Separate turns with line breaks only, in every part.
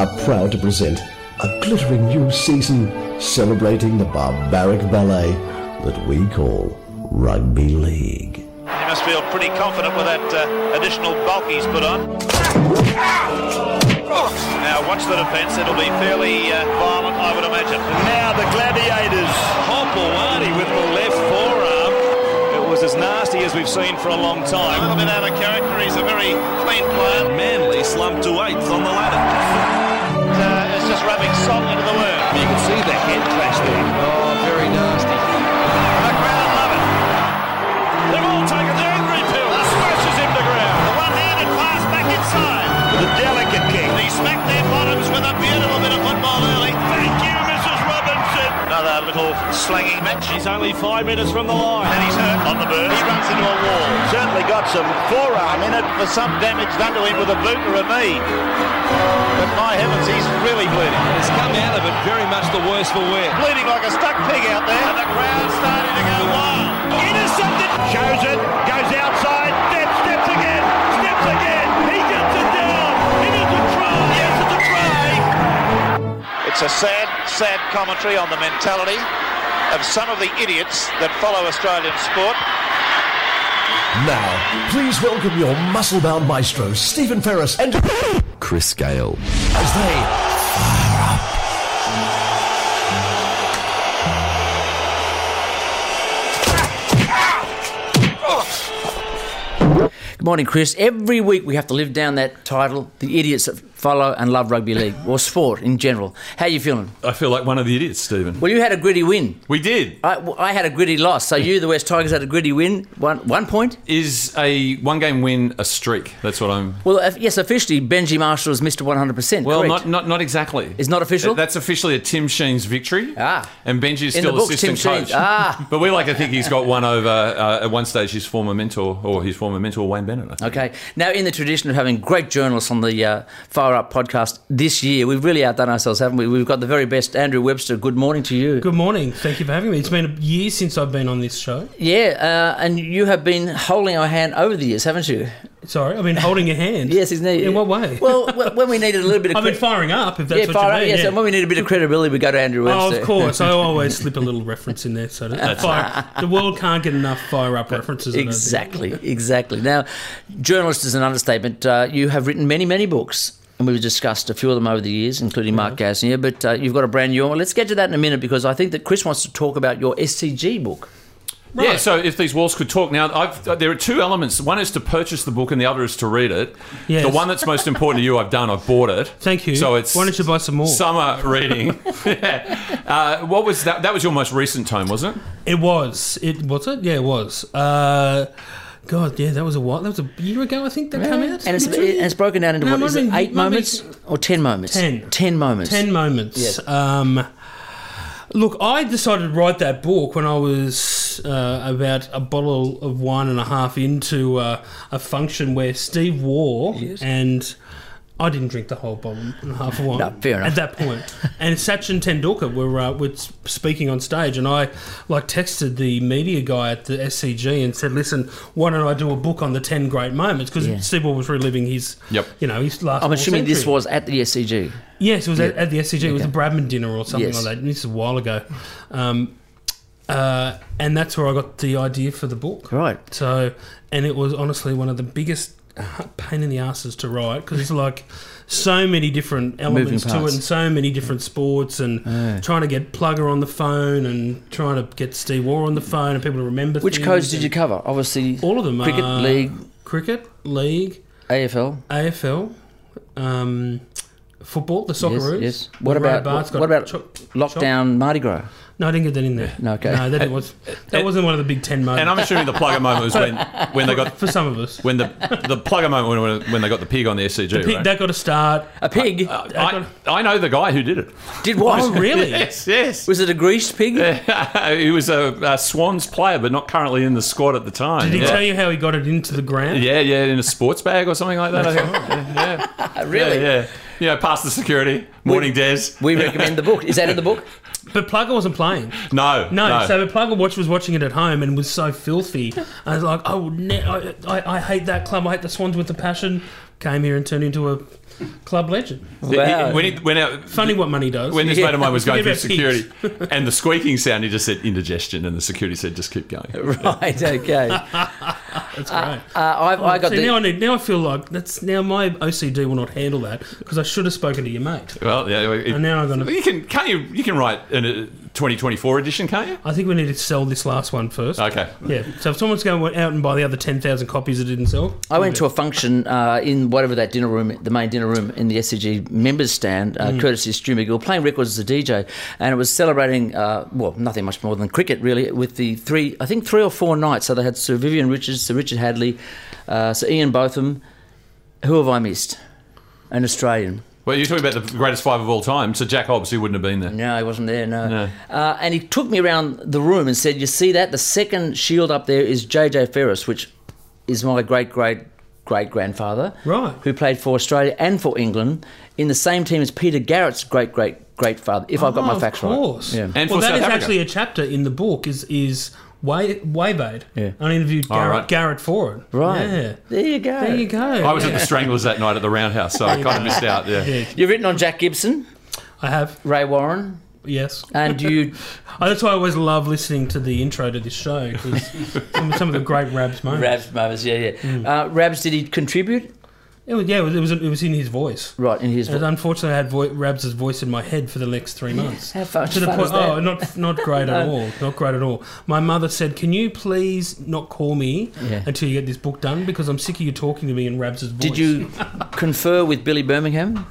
are proud to present a glittering new season celebrating the barbaric ballet that we call rugby league.
He must feel pretty confident with that uh, additional bulk he's put on. Now watch the defence. It'll be fairly uh, violent, I would imagine.
Now the Gladiators hop Awani with the left forearm. It was as nasty as we've seen for a long
A
time.
little bit out of character. He's a very clean player.
Manly slumped to eighth on the ladder.
And, uh, it's just rubbing salt into the wound.
You can see the head clash there.
Oh, very nasty.
The crowd love it.
They've all taken their angry pill. Smashes him to ground.
The one-handed pass back inside.
The delicate kick.
He smacked their bottoms with a beautiful bit of football early. Thank you, Mrs. Robinson. Another little slanging match.
He's only five metres from the line.
And he's hurt on the bird. He runs into a wall. Certainly got some forearm in it for some damage done to him with a boot or a knee. But my heavens, he's really bleeding.
It's come out of it very much the worse for wear.
Bleeding like a stuck pig out there. And the crowd's starting to go wild.
Intercepted. Shows it. Goes outside. Steps, steps again. Steps again. He gets it down. It is a try. Yes, it's a try.
It's a sad, sad commentary on the mentality of some of the idiots that follow Australian sport.
Now, please welcome your muscle-bound maestros, Stephen Ferris and Chris Gale, as they
Good morning, Chris. Every week we have to live down that title, the idiots that follow and love rugby league or sport in general. How you feeling?
I feel like one of the idiots, Stephen.
Well, you had a gritty win.
We did.
I, well, I had a gritty loss. So you, the West Tigers, had a gritty win. One one point.
Is a one game win a streak? That's what I'm.
Well, if- yes, officially Benji Marshall is Mr. 100%.
Well,
correct.
not, not not exactly.
It's not official?
That's officially a Tim Sheen's victory.
Ah.
And Benji is
In the
still
books,
assistant
Tim Sheens.
coach.
Ah.
But we like to think he's got one over, uh, at one stage, his former mentor, or his former mentor, Wayne Bennett. I think.
Okay. Now, in the tradition of having great journalists on the uh, Fire Up podcast this year, we've really outdone ourselves, haven't we? We've got the very best. Andrew Webster, good morning to you.
Good morning. Thank you for having me. It's been a year since I've been on this show.
Yeah, uh, and you have been holding our hand over the years, haven't you?
Sorry, I've been holding your hand.
Yes, isn't it?
In what way?
Well, wh- when we needed a little bit of
I've been
cre-
firing up. If that's
yeah,
what
fire
you
up,
mean.
yes,
yeah.
and when we need a bit of credibility, we go to Andrew
Oh,
Webster.
of course. I always slip a little reference in there. So that fire, the world can't get enough fire up references. I don't think.
Exactly, exactly. Now, journalist is an understatement. Uh, you have written many, many books, and we've discussed a few of them over the years, including Mark Gasnier, but uh, you've got a brand new one. Let's get to that in a minute because I think that Chris wants to talk about your SCG book.
Yeah, so if these walls could talk. Now, I've, uh, there are two elements. One is to purchase the book, and the other is to read it.
Yes.
The one that's most important to you, I've done. I've bought it.
Thank you.
So it's
Why don't you buy some more?
summer reading? yeah. uh, what was that? That was your most recent tome, wasn't it?
It was. It was it. Yeah, it was. Uh, God, yeah, that was a while. That was a year ago, I think that came out.
And it's,
Maybe two
and it's broken down into
No,
what
might
is
have
it,
been-
eight
might have been
moments or ten moments?
Ten.
Ten moments.
10 moments.
Yes.
Um, look, I decided to write that book when I was uh, about a bottle of wine and a half into uh, a function where Steve War and. I didn't drink the whole bottle and a half of wine
No, fair enough.
at that point. And Sachin Tendulkar were uh, were speaking on stage, and I like texted the media guy at the SCG and said, "Listen, why don't I do a book on the ten great moments?" Because
Yeah.
Steve War was reliving his,
Yep.
you know, his last.
I'm
war
assuming this
century.
was at the SCG.
Yes, it was at, at the SCG. It was a Bradman dinner or something
Yes.
like that. This is a while ago. Um, uh, and that's where I got the idea for the book.
Right.
So, and it was honestly one of the biggest pain in the asses to write because it's like so many different elements to
parts.
it and so many different sports and trying to get Plugger on the phone and trying to get Steve War on the phone and people to remember
Which
things
codes did
and
you cover? Obviously,
All of them.
Cricket,
uh,
league,
Cricket, league,
AFL.
AFL, um, football, the
Yes,
Socceroos.
yes. What
Ray
about
Bart's
what,
got
what about
chop-
lockdown Mardi Gras?
chop- No, I didn't get that in there.
No, okay.
No, that was that wasn't one of the big ten moments
And I'm assuming the plugger moment was when, when they got
for some of us.
when the the plugger moment when, when they got the pig on the SCG.
Pig-
right?
That got a start.
A pig
I, I know the guy who did it.
Uh, did what?
Oh, really?
Yes, yes.
Was it a greased pig?
he was a, a Swans player, but not currently in the squad at the time.
Did he
yeah.
tell you how he got it into the ground?
Yeah, yeah, in a sports bag or something like that. I think. Yeah,
Uh, really?
yeah, yeah. You know, past the security. Morning, Des.
We recommend the book. Is that in the book?
But Plugger wasn't playing.
No,
No,
no.
so but Plugger Watch was watching it at home and was "Oh, so filthy. I was like, I would ne- I, I, I hate that club. I hate the Swans with a passion. came here and turned into a club legend.
Wow.
When, he, when, our,
Funny what money does.
when this mate of mine was going through
Forget about
security and the squeaking sound, he just said indigestion, and the security said just keep going.
Right, okay. uh,
That's great.
I've, Oh, I got
See,
the.
Oh, now I need. Now I feel like that's now my OCD will not handle that because I should have spoken to your mate.
Well, yeah, it-
And now I'm gonna-
You can can't you you can write a 2024 edition, can't you?
I think we need to sell this last one first.
Okay.
Yeah. So if someone's going out and buy the other ten thousand copies it didn't sell,
I went to a function uh, in whatever that dinner room, the main dinner room in the SCG members stand, uh, courtesy of Stu McGill, playing records as a DJ, and it was celebrating, uh, well, nothing much more than cricket really, with the three, I think three or four nights. So they had Sir Vivian Richards, Sir Richard Hadley, uh, Sir Ian Botham. Who have I missed? An Australian.
Well, you're talking about the greatest five of all time, so Jack Hobbs, who wouldn't have been there.
No, he wasn't there. No.
No.
Uh, and he took me around the room and said, "You see that? The second shield up there is JJ Ferris, which is my great great great grandfather,
Right.
Who played for Australia and for England in the same team as Peter Garrett's great great great father. If I've got
Oh,
my facts
of course.
right, yeah.
And
well,
for
that
South
is
Africa.
actually a chapter in the book. Is is way Waybade.
Yeah.
I interviewed
All
Garrett,
right.
Garrett for it.
Right.
Yeah.
There you go.
There you go.
I was at the Stranglers that night at the Roundhouse, so I kind of missed out. Yeah.
You've written on Jack Gibson,
I have.
Ray Warren,
Yes.
and you.
Oh, that's why I always love listening to the intro to this show 'cause some, some of the great Rabs moments.
Rabs, Mothers, yeah, yeah.
Hmm.
Uh, Rabs, did he contribute?
It was, yeah, it was, it was it was in his voice.
Right in his.
And unfortunately, I had vo- Rabs' voice in my head for the next three months.
How fun,
to the
fun
point,
is that?
oh, not not great at all. Not great at all. My mother said, "Can you please not call me
Yeah.
until you get this book done because I'm sick of you talking to me in Rabs' voice."
Did you confer with Billy Birmingham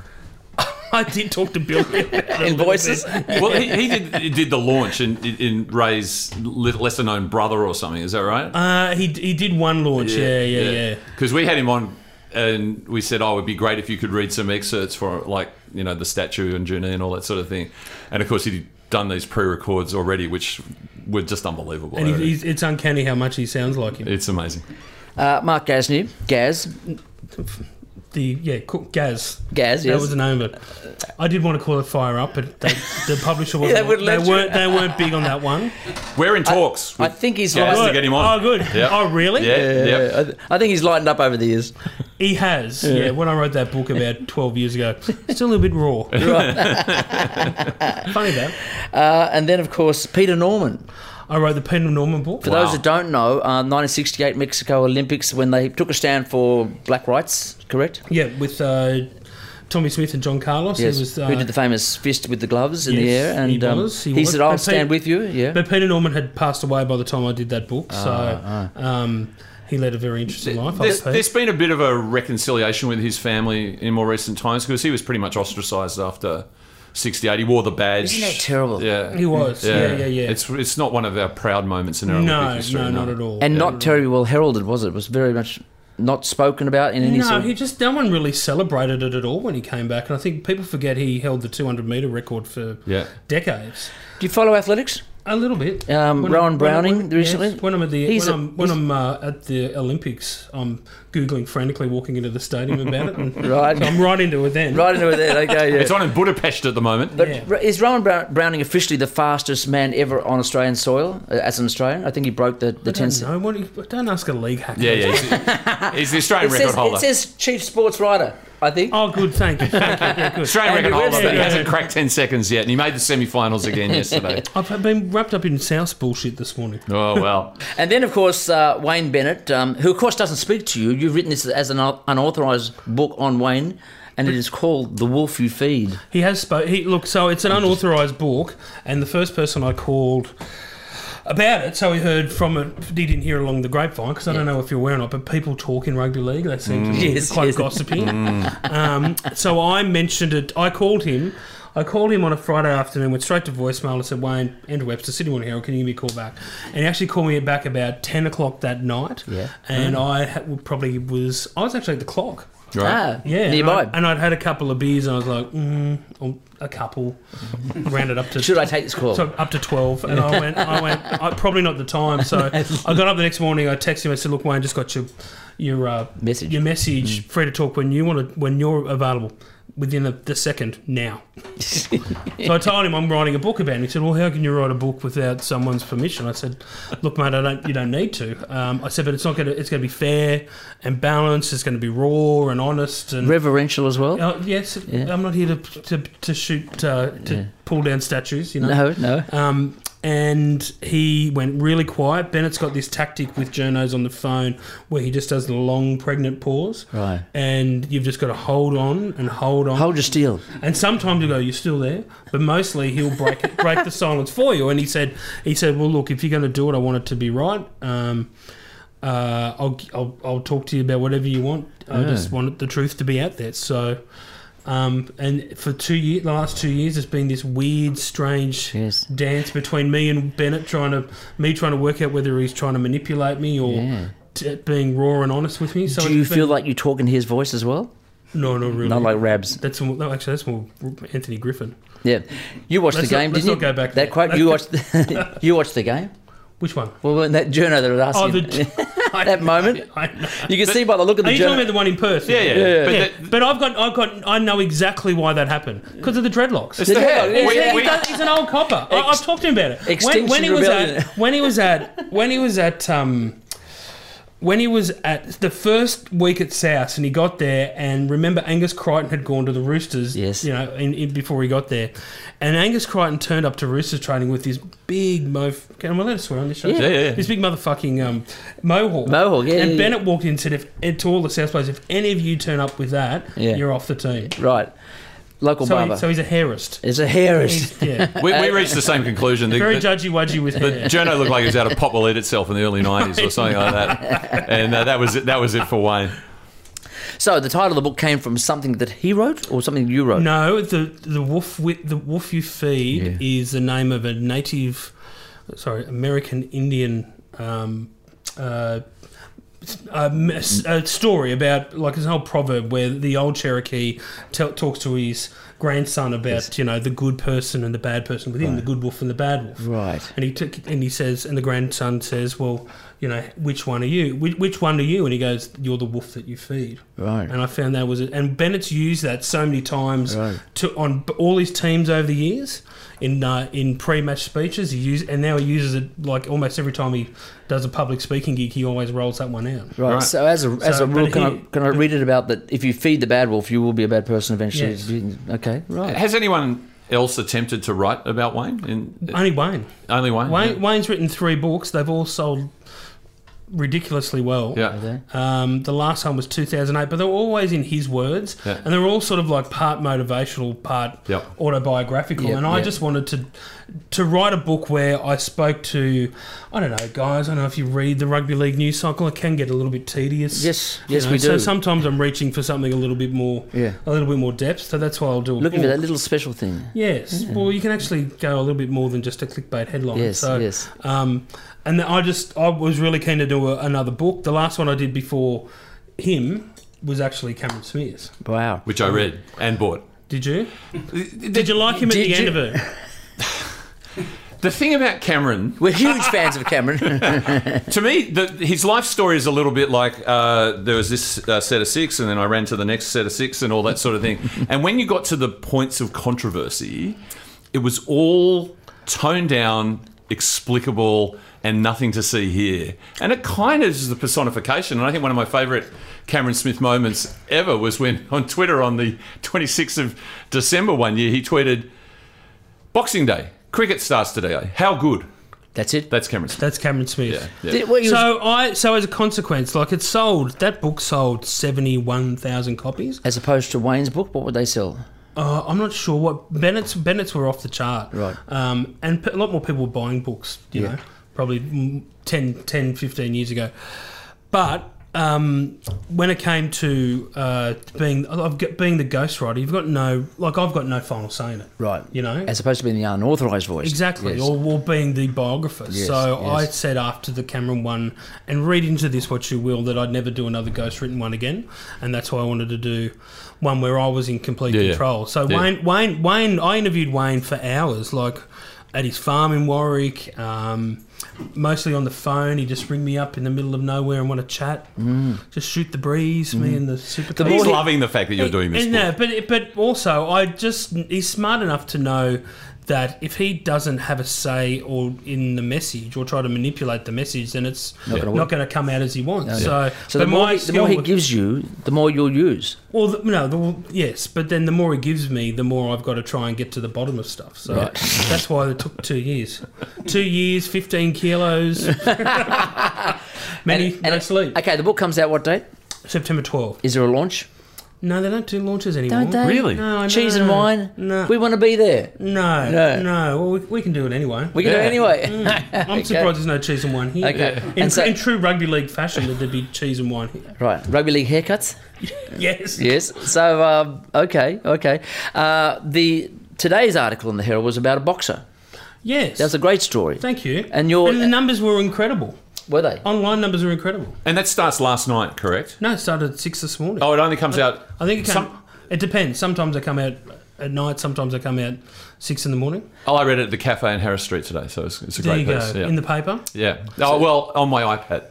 I did talk to Bill about it a
in
little
voices?
bit.
Well, he, he did he did the launch in, in Ray's li- lesser known brother or something. Is that right?
Uh, he he did one launch. Yeah, yeah, yeah.
Because we had him on, and we said, "Oh, it would be great if you could read some excerpts for like you know the statue and Junie and all that sort of thing." And of course, he'd done these pre-records already, which were just unbelievable.
And he, he's, it's uncanny how much he sounds like him.
it's amazing.
Uh, Mark Gasnew, Gaz,
The yeah, Cook- Gaz.
Gaz,
That
yes.
was the name of it. I did want to call it Fire Up, but they, the publisher wasn't.
they wouldn't
they
let you.
weren't. They weren't big on that one.
We're in talks.
I
with
think he's
Gaz
lightened-
to get him on.
Oh, good.
Yep.
Oh, really?
Yeah, yeah.
Yeah, I, th- I think he's lightened up over the years.
He has. Yeah. When I wrote that book about twelve years ago, still a little bit raw. Funny that.
Uh, and then, of course, Peter Norman.
I wrote the Penal Norman book.
For those that don't know, uh, 1968 Mexico Olympics when they took a stand for black rights, correct?
Yeah, with uh, Tommy Smith and John Carlos. He
Yes.
was, uh,
Who did the famous fist with the gloves in the
Yes,
air? And
he
um,
was, he
he
was.
said, "I'll
But
stand
Pete-
with you." Yeah. Ah,
But Peter Norman had passed away by the time I did that book, so um, he led a very interesting life. I
There's,
suppose.
there's been a bit of a reconciliation with his family in more recent times because he was pretty much ostracised after 68. He wore the badge.
Isn't that terrible?
Yeah.
He was. Yeah, yeah, yeah.
It's, it's not one of our proud moments in our Olympic
no,
history.
no, not at all.
and not terribly well heralded, was it? It was very much not spoken about in any
no,
sort.
he just no one really celebrated it at all when he came back, and I think people forget he held the 200 meter record for
Yeah.
decades.
Do you follow athletics?
A little bit.
Um,
When
Rowan
I'm-
Browning
when,
recently?
Yes, when I'm at the
He's
when
a-
I'm, when I'm uh, at the Olympics, I'm googling frantically, walking into the stadium about it, and
Right.
so I'm right into it then.
Right into it there. Okay, yeah.
It's on in Budapest at the moment.
But
Yeah.
Ra- is Rowan Brow- Browning officially the fastest man ever on Australian soil uh, as an Australian? I think he broke the, the
I
10
don't know. What, do you- don't ask a league hacker.
yeah, yeah. He's, he's the
It
Australian record
says,
holder.
it says chief sports writer, I think.
Oh, good. Thank you. Thank you. Yeah, good.
Australian
Andy
record holder,
Webster.
but he
Yeah.
hasn't cracked 10 seconds yet, and he made the semi finals again yesterday.
I've been wrapped up in South bullshit this morning.
Oh, well.
And then, of course, uh, Wayne Bennett, um, who, of course, doesn't speak to you. You've written this as an un- unauthorized book on Wayne, and it is called The Wolf You Feed.
He has spoke. He look. So it's an unauthorised book, and the first person I called about it, so he heard from it. He didn't hear along the grapevine because I don't know if you're aware or not, but people talk in rugby league. They seem to be
Mm. Yes,
quite
yes. Mm.
gossipy. Um, so I mentioned it. I called him. I called him on a Friday afternoon, went straight to voicemail and said, Wayne, Andrew Webster, Sydney Morning Herald, can you give me a call back? And he actually called me back about 10 o'clock that night.
Yeah. Mm.
And I ha- probably was, I was actually at the clock.
Right.
Ah,
Yeah,
nearby.
And, I, and I'd had a couple of beers, and I was like, mm, oh, a couple, rounded up to
Should I take this call?
so up to twelve. And I went, I went, I, probably not the time. So I got up the next morning. I texted him. I said, look, Wayne, just got your your uh,
Message. Mm.
your message, free to talk when you want to, when you're available, within a, the second now. so I told him I'm writing a book about it. He said, "Well, how can you write a book without someone's permission?" I said, "Look, mate, I don't. You don't need to." Um, I said, "But it's not going to. It's going to be fair and balanced. It's going to be raw and honest and."
Reverential as well.
Uh, yes, I'm not here to to, to shoot uh, to pull down statues. You know.
No, no.
Um, and he went really quiet. Bennett's got this tactic with journos on the phone where he just does a long pregnant pause.
Right.
And you've just got to hold on and hold on.
Hold your steel.
And sometimes you go, "You're still there," but mostly he'll break it, break the silence for you. And he said, "He said, well, look, if you're going to do it, I want it to be right. Um, uh, I'll, I'll I'll talk to you about whatever you want. I just want the truth to be out there." So. Um, and for two year, the last two years, it's been this weird, strange
Yes.
dance between me and Bennett, trying to me trying to work out whether he's trying to manipulate me or
Yeah.
t- being raw and honest with me. So
Do you
it's been-
feel like you talk in his voice as well?
no, not really.
Not like Rabs.
That's more, no, actually that's more Anthony Griffin.
Yeah, you watched
Let's
the
not-
game,
let's
didn't you?
not go back
that
there.
quote you watched. The, you watched the game.
Which one?
Well, when that journo that was asking
Oh, the,
that moment,
I know.
you can see by the look of
Are
the
you talking about
journo.
the one in Perth?
Yeah, yeah,
Yeah.
But
Yeah,
that-
but I've got, I've got, I know exactly why that happened because of the dreadlocks.
it's the
Yeah,
hair.
yeah,
We-
Yeah, he
we-
does- he's an old copper. I,
Ex-
I've talked to him about it.
Extinction
when, he was
Rebellion.
at, when he was at, when he was at, um, when he was at the first week at South, and he got there, and remember Angus Crichton had gone to the Roosters,
Yes.
you know, in, in, before he got there, and Angus Crichton turned up to Roosters training with this big mo. Can I let us swear on this show?
Yeah, yeah, yeah.
This big motherfucking um, mohawk.
Mohawk, yeah,
And
yeah,
Bennett walked in and said, "If to all the South players, if any of you turn up with that,
Yeah.
you're off the team."
Right, local
So, he-
barber.
so he's a hairist.
it's a hairist.
He's- yeah.
we, we reached the same conclusion. The,
Very
the-
judgy wudgy with
the
hair.
journo looked like it was out of Pop Will Eat Itself in the early 90s or something like that. And uh, that was it. That was it for Wayne.
So the title of the book came from something that he wrote or something you wrote.
no, the the wolf with the wolf you feed is the name of a native, sorry, American Indian. Um, uh, um, a, s- a story about like this whole proverb where the old Cherokee tell talks to his grandson about you know the good person and the bad person within the good wolf and the bad wolf.
Right.
And he took and he says and the grandson says, well, you know, which one are you? Which, which one are you? And he goes, you're the wolf that you feed.
Right.
And I found that was it. And Bennett's used that so many times
Right.
to on b- all his teams over the years. In, uh, in pre-match speeches, he use and now he uses it like almost every time he does a public speaking gig. He always rolls that one out.
Right. So as a as
So,
a rule,
but
can, I,
he-
can I read it about that? If you feed the bad wolf, you will be a bad person eventually.
Yes.
Okay. Right.
Has anyone else attempted to write about Wayne? In,
Only Wayne.
only Wayne?
Wayne Wayne's written three books. They've all sold ridiculously well.
Yeah.
Okay.
Um, the last one was 2008, but they were always in his words,
Yeah.
and they were all sort of like part motivational, part
Yep.
autobiographical.
Yep,
and I
yep.
just wanted to to write a book where I spoke to, I don't know, guys. I don't know if you read the rugby league news cycle. It can get a little bit tedious.
Yes.
you
Yes,
know,
we
So
do.
sometimes I'm reaching for something a little bit more,
Yeah.
a little bit more depth. So that's why I'll do a
Looking for
book.
that little special thing.
Yes. Well, you can actually go a little bit more than just a clickbait headline.
Yes,
So,
yes.
Um, and then I just I was really keen to do a, another book. The last one I did before him was actually Cameron Smith.
Wow.
Which I read and bought.
Did you? Did you like him at
did
the end of
you-
it?
The thing about Cameron
We're huge fans of Cameron.
to me, the, his life story is a little bit like uh, there was this uh, set of six, and then I ran to the next set of six, and all that sort of thing. and when you got to the points of controversy, it was all toned down, explicable, and nothing to see here. And it kind of is the personification. And I think one of my favourite Cameron Smith moments ever was when on Twitter on the 26th of December one year, he tweeted, "Boxing Day, cricket starts today. How good."
That's it.
That's Cameron Smith.
That's Cameron Smith.
Yeah, yeah.
Did- what, he was-
So I so as a consequence, like it sold that book sold seventy one thousand copies.
as opposed to Wayne's book, what would they sell?
Uh, I'm not sure what Bennett's Bennett's were off the chart,
Right.
Um, and p- a lot more people were buying books, you know, probably mm, 10, 10, 15 years ago. But um, when it came to uh, being I've got, being the ghostwriter, you've got no like I've got no final say in it,
Right.
You know,
As opposed to being the unauthorized voice.
Exactly,
Yes.
or, or being the biographer.
Yes,
so I
yes.
said after the Cameron one, and read into this what you will, that I'd never do another ghostwritten one again, and that's why I wanted to do one where I was in complete
yeah.
control. So
Yeah.
Wayne, Wayne, Wayne, I interviewed Wayne for hours, like at his farm in Warwick. Um, mostly on the phone. He just ring me up in the middle of nowhere and want to chat. Just shoot the breeze, me and the super.
Mm. Mm-hmm. The
coach.
more
He's
he-
loving the fact that you're doing this.
And, uh,
book.
no, but but also I just he's smart enough to know that if he doesn't have a say or in the message or try to manipulate the message, then it's not
gonna work.
going to come out as he wants. So,
So the
but
more,
my
he, the more
skill
he
with-
gives you, the more you'll use.
well, the, no, the, yes, but then the more he gives me, the more I've got to try and get to the bottom of stuff. So
Right.
that's why it took two years, two years, fifteen kilos, many
And-
no
and-
sleep.
Okay, the book comes out what date?
September twelfth.
Is there a launch?
No, they don't do launches anymore.
Don't they?
Really?
No,
Cheese and
no,
wine?
No.
We want to be there.
No,
No.
no, Well, we, we can do it anyway.
We can do it
Yeah.
anyway.
Mm. I'm
Okay.
surprised there's no cheese and wine here.
Okay.
In,
And so-
in true rugby league fashion, that there'd be cheese and wine here.
Right. Rugby league haircuts?
Yes.
Yes. So, um, okay, okay. Uh, the Today's article in the Herald was about a boxer.
Yes.
That was a great story.
Thank you.
And your-
the numbers were incredible.
Were they?
Online numbers are incredible.
And that starts last night, correct?
No, it started at six this morning.
Oh, it only comes out.
I think it, came,
Some-
it depends. Sometimes they come out at night. Sometimes they come out six in the morning.
Oh, I read it at the cafe in Harris Street today, so it's, it's a
There
great
you go.
piece. Yeah.
In the paper.
yeah. Oh well, on my iPad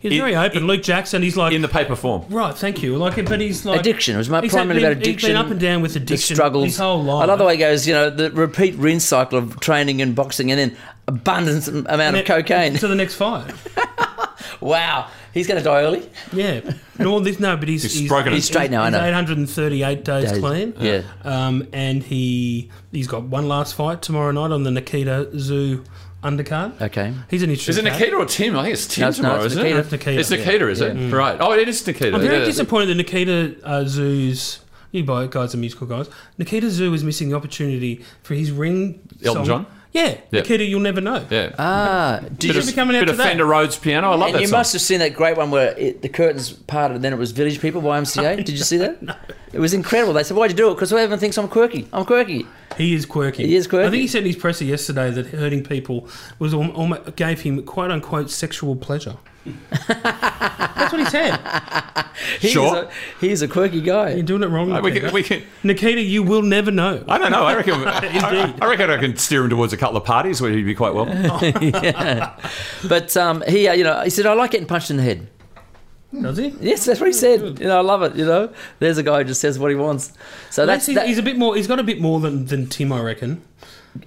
He's
In-
very open. Luke Jackson. He's like.
in the paper form.
Right, thank you. Like, but he's like
Addiction. It was my-
He's
primarily
been-
about addiction.
He's been up and down with
The
addiction.
struggles.
his whole life.
I love the way he goes, you know, the repeat rinse cycle of training and boxing and then abundance amount of cocaine.
to the next fight.
Wow. He's going to die early.
Yeah. No, this, no, but he's
He's struggling.
He's straight now, I know.
838 days,
Days,
clean.
yeah.
Um, and he he's got one last fight tomorrow night on the Nikita Zoo undercard.
Okay.
He's an interesting.
Is it
cat.
Nikita or Tim? I think it's Tim
No, it's not.
tomorrow,
It's
isn't
Nikita.
it?
It's Nikita. Mm.
It's Nikita, is it? Right. Oh, it is Nikita.
I'm very
yeah.
disappointed that Nikita uh, Zoo's. You boy- guys are musical guys. Nikita Zoo is missing the opportunity for his ring.
Elton
song.
John?
Yeah,
Yeah.
Nikita, you'll never know.
Yeah.
Ah, do
bit
you,
Uh, should be coming out
bit
to
of
that.
Fender Rhodes piano. I love
and
that
you
song.
must have seen that great one where it, the curtains parted and then it was Village People, YMCA. Did you see that? It was incredible. They said, Why'd you do it? Because everyone thinks I'm quirky. I'm quirky.
He is quirky.
He is quirky.
I think he said in his presser yesterday that hurting people was al- almost gave him quote unquote sexual pleasure. That's what he said.
He's
Sure.
A, he's a quirky
You're
guy.
doing it wrong.
we
Nikita.
can, we can,
Nikita, you will never know.
I don't know. I reckon. I, I reckon I can steer him towards a couple of parties where he'd be quite welcome.
But um, he, uh, you know, he said, I like getting punched in the head.
Does he?
Yes, that's what he said. You know, I love it. You know, there's a guy who just says what he wants. So
That's,
that's
he's,
that,
he's a bit more. He's got a bit more than, than Tim, I reckon.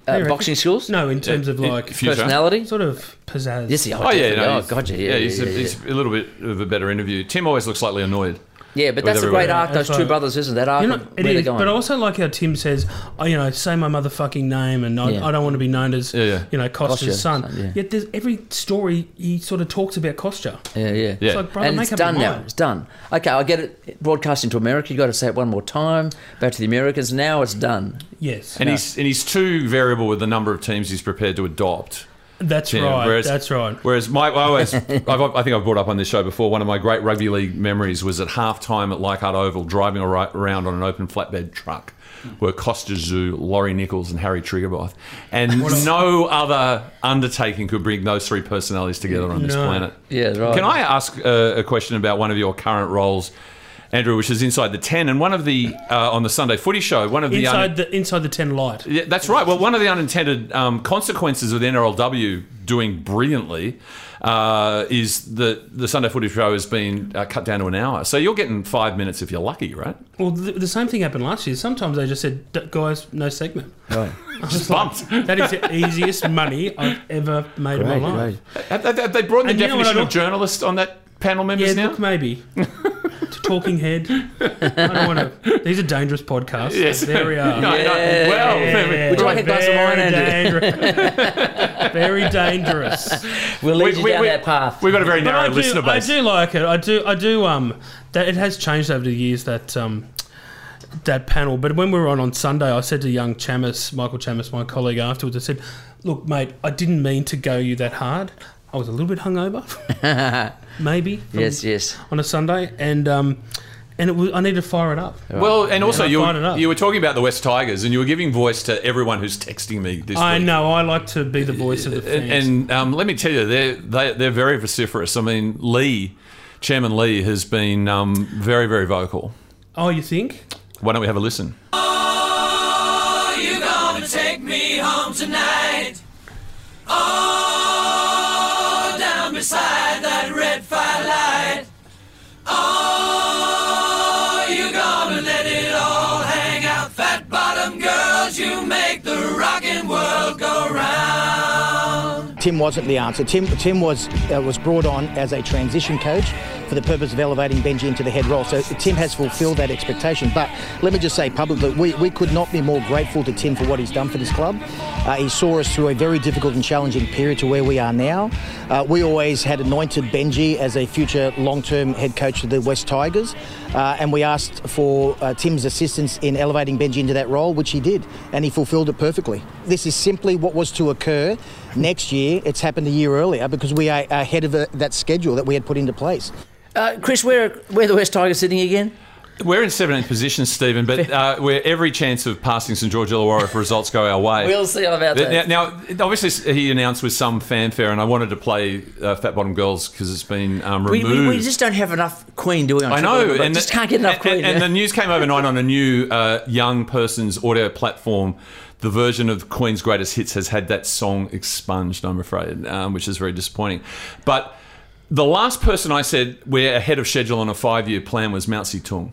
uh, boxing skills,
No, in terms of
Yeah,
like
if you- Future.
personality.
sort of pizzazz.
Yes, he, oh,
Oh yeah,
definitely.
no,
oh
he's-
god, yeah, yeah, yeah,
he's, a,
yeah,
he's a little bit of a better interview. Tim always looks slightly annoyed.
Yeah, but that's a
everywhere.
great arc. Those
That's
two
right.
brothers, isn't that arc?
You know,
of where
it
they're
is,
going.
but I also like how Tim says, oh, you know, say my motherfucking name, and I,
Yeah.
I don't want to be known as,
Yeah, yeah.
you know, Costa's
Costa,
son.
yeah.
Yet there's every story he sort of talks about Costa.
yeah, yeah,
Yeah.
It's like, brother,
and
make
it's
up your
done now.
mind.
It's done. Okay, I get it. Broadcasting to America, you got to say it one more time. Back to the Americans. Now it's done.
Yes,
And he's and he's too variable with the number of teams he's prepared to adopt.
that's
Yeah,
right.
whereas-
that's right.
Whereas my, I always, I've, I think I've brought up on this show before. One of my great rugby league memories was at half time at Leichhardt Oval, driving ar- around on an open flatbed truck, were Costa Zoo, Laurie Nichols, and Harry Triggerboth, and no other undertaking could bring those three personalities together on this
No.
planet.
Yeah, right.
Can I ask uh, a question about one of your current roles, Andrew, which is inside the ten, and one of the uh, on the Sunday Footy Show, one of the un-
Inside the inside the ten light.
yeah, that's right. Well, one of the unintended um, consequences of the NRLW doing brilliantly uh, is that the Sunday footage show has been uh, cut down to an hour. So you're getting five minutes if you're lucky, right?
Well, the, the same thing happened last year. Sometimes they just said, "D- guys, no segment.
Right.
Just bumped.
That is the easiest money I've ever made in my
Great,
life.
great.
have, have- have they brought in
And
the
you know what
definition
I
of
don't-
journalist on that panel
Yeah,
members now?
look, maybe. To talking head. I don't want to. These are dangerous podcasts.
Yes.
There we are.
No, no,
Yeah.
well,
Yeah,
Would you like a glass of wine, Andrew?
dangerous. very dangerous.
We'll lead
we-
you
we-
down
we-
that path.
we've got a very
But
narrow
I
listener
do, I
base.
do like it. I do. I do. Um, that it has changed over the years. That um, that panel. But when we were on on Sunday, I said to young Chamis, Michael Chamis, my colleague afterwards, I said, "Look, mate, I didn't mean to go you that hard. I was a little bit hungover, maybe. from-
yes, yes.
on a Sunday, and um, and it was, I need to fire it up.
Well, and also
I
you,
fired it
were,
up.
you were talking about the West Tigers, and you were giving voice to everyone who's texting me this
I
week.
know. I like to be the voice of the
Uh,
fans.
And um, let me tell you, they're they, they're very vociferous. I mean, Lee, Chairman Lee, has been um, very very vocal.
oh, you think?
Why don't we have a listen?
You're gonna take me home tonight. Oh, beside that red firelight. Oh, you gonna let it all hang out, fat bottom girls. You make the rockin' world go round.
Tim wasn't the answer. Tim, Tim was uh, was brought on as a transition coach for the purpose of elevating Benji into the head role. So Tim has fulfilled that expectation. But let me just say publicly, we, we could not be more grateful to Tim for what he's done for this club. Uh, he saw us through a very difficult and challenging period to where we are now. Uh, we always had anointed Benji as a future long-term head coach of the West Tigers, uh, and we asked for uh, Tim's assistance in elevating Benji into that role, which he did, and he fulfilled it perfectly. This is simply what was to occur next year. It's happened a year earlier because we are ahead of uh, that schedule that we had put into place.
Uh, Chris, where where are the West Tigers sitting again?
We're in 17th position, Stephen, but uh, we're every chance of passing St George Illawarra if results go our way.
We'll see about
Th-
that.
Now, now, obviously, he announced with some fanfare, and I wanted to play uh, Fat Bottom Girls because it's been um,
We,
removed.
we, we just don't have enough Queen, do we? On
I
Triple
know,
M? just can't get enough
and-
Queen.
And, and the news came overnight on a new uh, young person's audio platform. The version of Queen's Greatest Hits has had that song expunged, I'm afraid, um, which is very disappointing. But the last person I said we're ahead of schedule on a five-year plan was Mount Tung.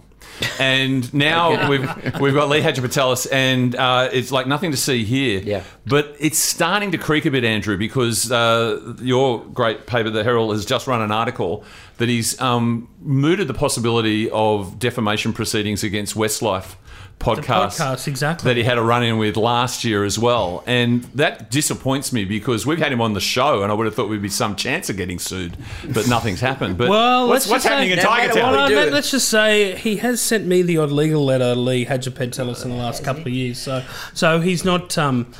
And now we've we've got Lee Hadjipatelis, and uh, it's like nothing to see here.
Yeah.
But it's starting to creak a bit, Andrew, because uh, your great paper, The Herald, has just run an article that he's um, mooted the possibility of defamation proceedings against Westlife podcast,
podcast, exactly.
that he had a run in with last year as well. And that disappoints me because we've had him on the show, and I would have thought we'd be some chance of getting sued, but nothing's happened. But
Well,
what's,
let's
what's
just
happening
say-
in
No
Tiger
matter
Town?
what
Well,
we
let,
do.
us just say he has sent me the odd legal letter, Lee Hadjipentelis, in the last couple of years. So, so he's not. Um,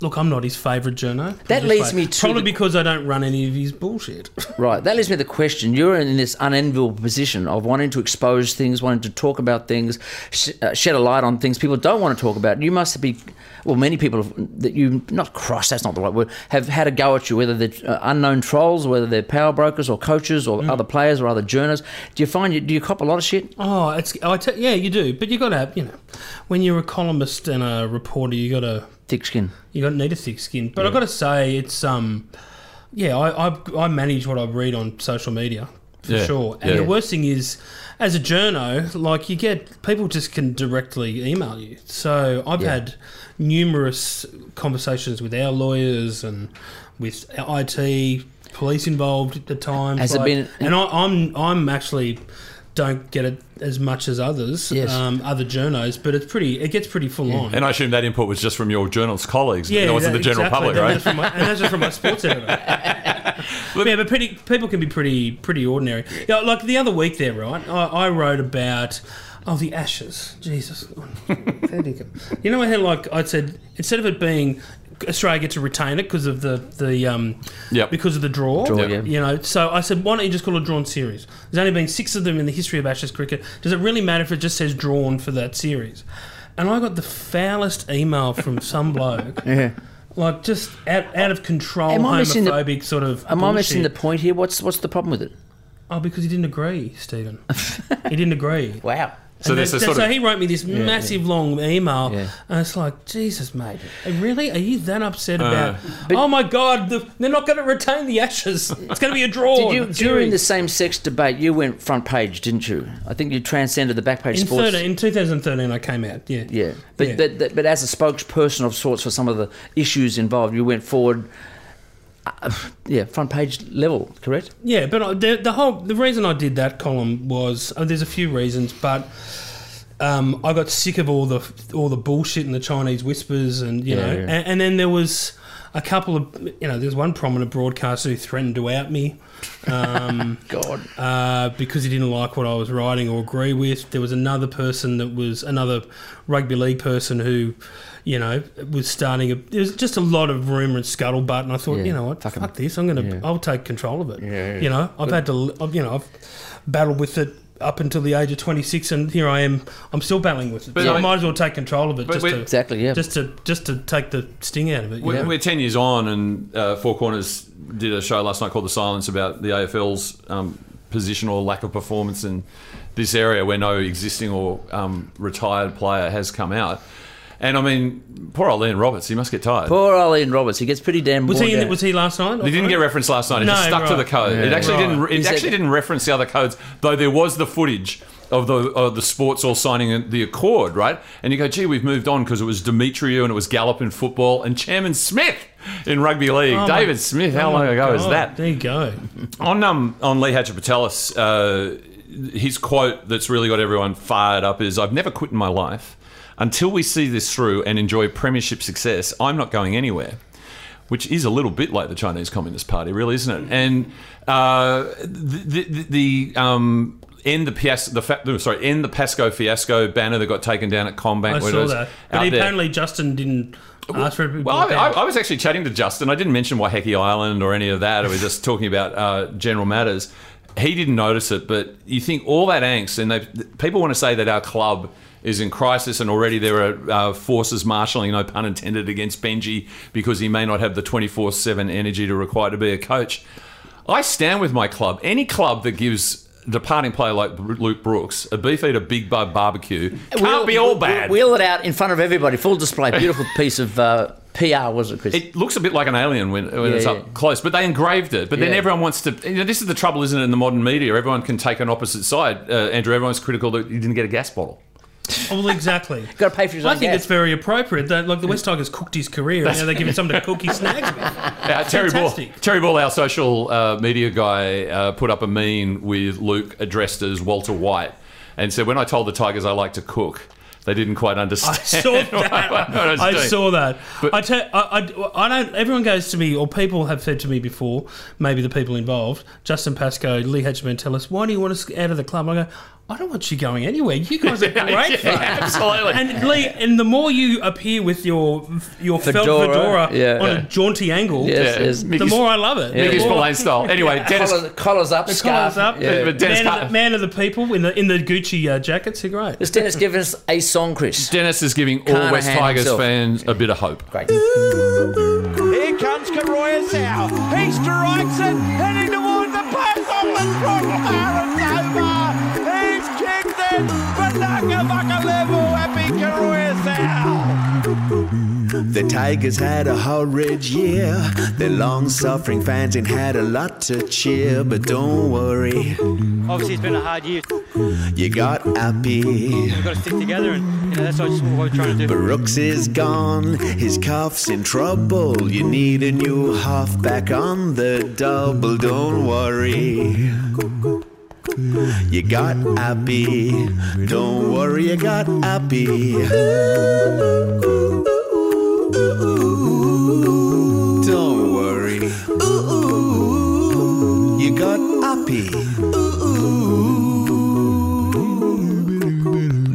look, I'm not his favourite journo. Put
That
it this
leads
way.
me to
probably
the-
because I don't run any of his bullshit.
Right. That leaves me with the question. You're in this unenviable position of wanting to expose things, wanting to talk about things, sh- uh, shed a light on things people don't want to talk about. You must be, well, many people have, that you, not cross, that's not the right word, have had a go at you, whether they're uh, unknown trolls, whether they're power brokers or coaches or
Mm.
other players or other journalists. Do you find you, do you cop a lot of shit?
Oh, it's I te- yeah, you do, but you got to have you know, when you're a columnist and a reporter, you got to
Thick skin.
you got to need a thick skin. But I got to say, it's um, yeah, I, I I manage what I read on social media for
Yeah,
sure. And
yeah.
the worst thing is, as a journo, like you get people just can directly email you. So I've had numerous conversations with our lawyers and with our IT police involved at the time.
Has it been-
And I, I'm I'm actually don't get it as much as others,
Yes.
um, other journos, but it's pretty. It gets pretty full on.
And I assume that input was just from your journalist colleagues. Yeah, it wasn't
that-
the general
exactly.
public,
That-
right?
That's from my, and that's just from my sports editor. yeah, but pretty, people can be pretty pretty ordinary. Yeah, like the other week there, right? I, I wrote about oh the ashes, Jesus. you know, I had like I said instead of it being Australia get to retain it because of the the um
Yep.
because of the draw,
Draw, yeah.
you know. So I said, why don't you just call it drawn series? There's only been six of them in the history of Ashes cricket. Does it really matter if it just says drawn for that series? And I got the foulest email from some bloke. yeah. Like just out, out of control,
Am I missing the-
homophobic sort of.
Am I missing the
bullshit.
point here? What's what's the problem with it?
Oh, because he didn't agree, Stephen. he didn't agree.
Wow.
So
And
there's
that-
a sort
so
of-
he wrote me this massive long email,
Yeah.
and it's like, Jesus, mate, really? Are you that
Uh,
upset about? oh my God, the, they're not going to retain the ashes. It's going to be a draw.
Did you
It's
during
serious.
the same sex debate? You went front page, didn't you? I think you transcended the back page
in,
sports.
13, in 2013, I came out. Yeah,
Yeah, but,
Yeah.
But, but but as a spokesperson of sorts for some of the issues involved, you went forward. Uh, yeah, front page level, correct?
Yeah, but I- the, the whole the reason I did that column was oh, there's a few reasons, but um, I got sick of all the all the bullshit and the Chinese whispers, and you know,
yeah.
And, and then there was a couple of you know, there's one prominent broadcaster who threatened to out me. Um,
God,
uh, because he didn't like what I was writing or agree with. There was another person that was another rugby league person who, you know, was starting. A, there was just a lot of rumor and scuttlebutt, and I thought,
Yeah.
you know what,
Fuck
fuck,
'em.
this. I'm gonna, I'll take control of it. You know, I've had to, I've, you know, I've battled with it. Up until the age of 26, and here I am. I'm still battling with it.
But
so I
I-
might as well take control of it,
But
just
we-
to,
exactly. Yeah,
just to just to take the sting out of it. you
We're,
know?
we're 10 years on, and uh, Four Corners did a show last night called The Silence about the AFL's um, position or lack of performance in this area where no existing or um, retired player has come out. And I mean, poor old Ian Roberts, he must get tired.
Poor old Ian Roberts. He gets pretty damn
Was
bored
he in
out.
it? Was he last night?
He didn't get referenced last night. It just
No,
stuck to
right.
the code. it actually
Right.
didn't. It
said-
actually didn't reference the other codes, though. There was the footage of the of the sports all signing the accord, right? And you go, gee, we've moved on because it was Demetriou and it was Gallup in football and Chairman Smith in rugby league.
Oh, my-
David Smith, how
Oh,
long
my
ago is
God.
that?
There you go.
on um on Lee Hatcher-Patelis, uh, his quote that's really got everyone fired up is, "I've never quit in my life. Until we see this through and enjoy premiership success, I'm not going anywhere." Which is a little bit like the Chinese Communist Party, really, isn't it? And uh, the the, the um. End the Pias- the fa- no, sorry, end the Pasco fiasco banner that got taken down at Combank.
I
where it
saw
was
that.
out
But he,
there.
apparently Justin didn't ask for it. to be
Well, I,
brought
I,
down.
I was actually chatting to Justin. I didn't mention Waiheke Island or any of that. I was just talking about uh, general matters. He didn't notice it, but you think all that angst, and they, people want to say that our club is in crisis, and already there are uh, forces marshalling, no pun intended, against Benji because he may not have the 24 7 energy to require to be a coach. I stand with my club. Any club that gives a departing player like Luke Brooks a beef eater, big bub barbecue can't
Wheel-
be all bad.
Wheel it out in front of everybody, full display. Beautiful piece of uh, PR, was it, Chris?
It looks a bit like an alien when, when
Yeah,
it's
yeah.
up close, but they engraved it. But then
Yeah.
everyone wants to. You know, this is the trouble, isn't it? In the modern media, everyone can take an opposite side. Uh, Andrew, everyone's critical that you didn't get a gas bottle.
Oh, well, exactly.
Got to pay for his own
I think
gas.
it's very appropriate that, like, the West Tigers cooked his career. and now they give him something to cook his snags with.
Uh, Terry Ball,
fantastic.
Terry Ball, our social uh, media guy, uh, put up a meme with Luke addressed as Walter White, and said, "When I told the Tigers I like to cook, they didn't quite
I
understand."
saw
what
that.
I was
I,
doing."
saw that.
But-
I, tell, I, I, I don't. Everyone goes to me, or people have said to me before. Maybe the people involved, Justin Pascoe, Lee Hedgeman, tell us why do you want us out of the club? I go. I don't want you going anywhere. You guys are
Yeah,
great.
yeah,
fun."
absolutely.
And Lee, and the more you appear with your your felt
Fedora,
fedora
yeah.
on
Yeah.
a jaunty angle,
Yes,
Yeah,
yes.
the
Mickey's-
more I love it.
Mickey's
The more-
Spillane style. Anyway, Dennis.
collars, collars up, scarf.
Collars up.
Yeah.
But Dennis
man, of
Car-
the, man of the people in the in the Gucci uh, jackets are great.
Has Dennis given us a song, Chris?
Dennis is giving all
Carnahan
West Tigers
himself.
fans a bit of hope.
Great.
Here comes Karoya Zhao. He strikes it, heading towards the post on the crossbar and over. He's kicked it, but Nakabaka level, happy Karoya Zhao.
The Tigers had a horrid year. Their long suffering fans ain't had a lot to cheer, but don't worry,
Obviously, it's been a hard year.
you got happy.
We've got to stick together, and you know, that's what we're trying to do.
Brooks is gone, his cough's in trouble. You need a new halfback on the double, don't worry. You got happy, don't worry, you got happy. Don't worry, you got happy.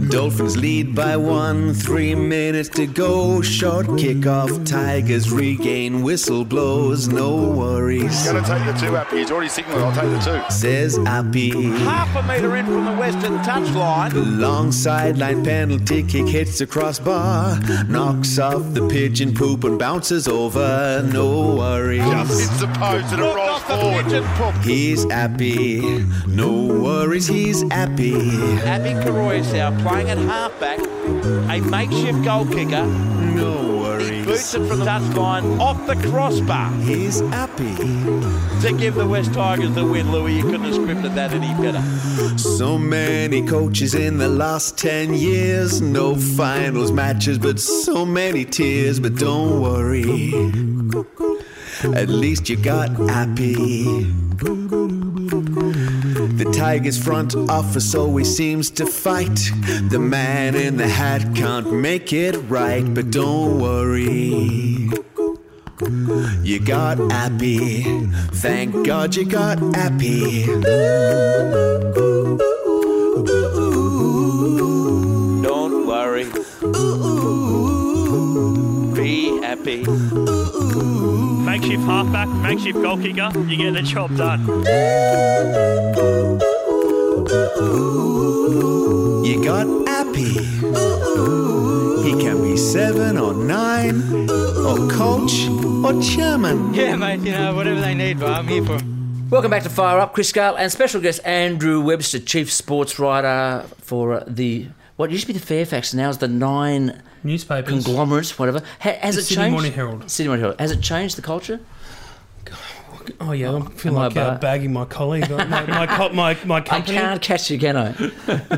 Dolphins lead by one, three minutes to go. Short kickoff, Tigers regain whistle blows, no worries.
Gonna take the two up. He's already signalled. I'll take the two.
Says Appy.
Half a metre in from the western touchline.
Long sideline penalty kick hits the crossbar, knocks off the pigeon poop and bounces over, no
Just
worries.
hits the post and it
Knocked
rolls
off the
forward.
pigeon poop.
He's happy, no worries, he's happy.
Abby Karoya Zhao playing at halfback, a makeshift goal kicker.
No
He boots
worries,
it from the touchline off the crossbar
he's happy.
to give the West Tigers the win, Louis. You couldn't have scripted that any better.
So many coaches in the last 10 years. No finals matches, but so many tears. But don't worry, at least you got happy. The Tigers' front office always seems to fight. The man in the hat can't make it right, but don't worry. You got happy. Thank God you got happy.
Don't worry. Be happy.
Makeshift halfback, makeshift goal kicker, you get the job done.
You got Appy. He can be seven or nine, or coach, or chairman.
Yeah, mate, you know, Uh, whatever they need, but I'm here for 'em.
Welcome back to Fire Up, Chris Gale, and special guest Andrew Webster, chief sports writer for uh, the what used to be the Fairfax now is the nine
newspapers
conglomerates, whatever. Ha- has
The
it
Sydney
changed?
Morning Herald.
Sydney Morning Herald. Has it changed the culture?
Oh yeah, I feel
Am I
like uh,
bad?
bagging my colleague, my my, co- my, my company.
I can't catch you, can I?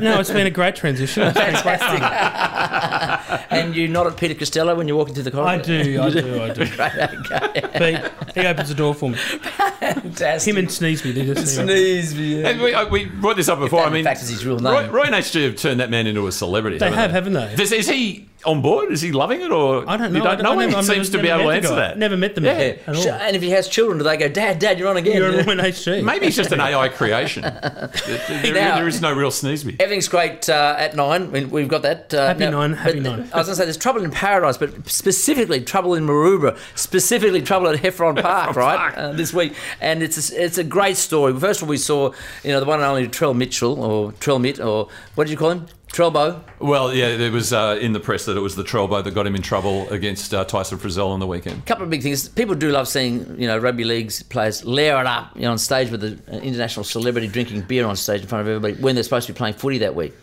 No, it's been a great transition. It's been great fun.
and you nod at Peter Costello when you're walking through the corridor.
I do, I do, I do.
Great, okay.
Pete, he opens the door for me.
Fantastic.
Him and Sneeze me. They just
Sneeze me.
And we, uh, we brought this up before. I mean,
fact is his real
Roy,
name.
Roy and HG have turned that man into a celebrity.
They have, haven't they?
Does, is he on board? Is he loving it, or
I don't
You
know. I
don't
don't-
know.
I
him?
never-
He
I've
seems to
never-
be
never
able to
met the
answer
guy.
that.
Never met the
Yeah.
man at
Sh-
all.
And if he has children, do they go, Dad, Dad, you're on again?
You're on HG.
Maybe he's just an AI creation. there, there-
Now-
there is no real Sneesby.
Everything's great uh, at nine. We- We've got that. Uh,
Happy nine,
but
happy nine.
I was going to say there's trouble in paradise, but specifically trouble in Maroubra, specifically trouble at Heffron Park, right? Uh, this week, and it's a, it's a great story. First of all, we saw you know the one and only Trell Mitchell or Trell Mitt or what did you call him? Trellbo.
Well, yeah, it was uh, in the press that it was the Trelbo that got him in trouble against uh, Tyson Frizzell on the weekend.
couple of big things. People do love seeing you know rugby leagues players layer it up you know, on stage with an international celebrity drinking beer on stage in front of everybody when they're supposed to be playing footy that week.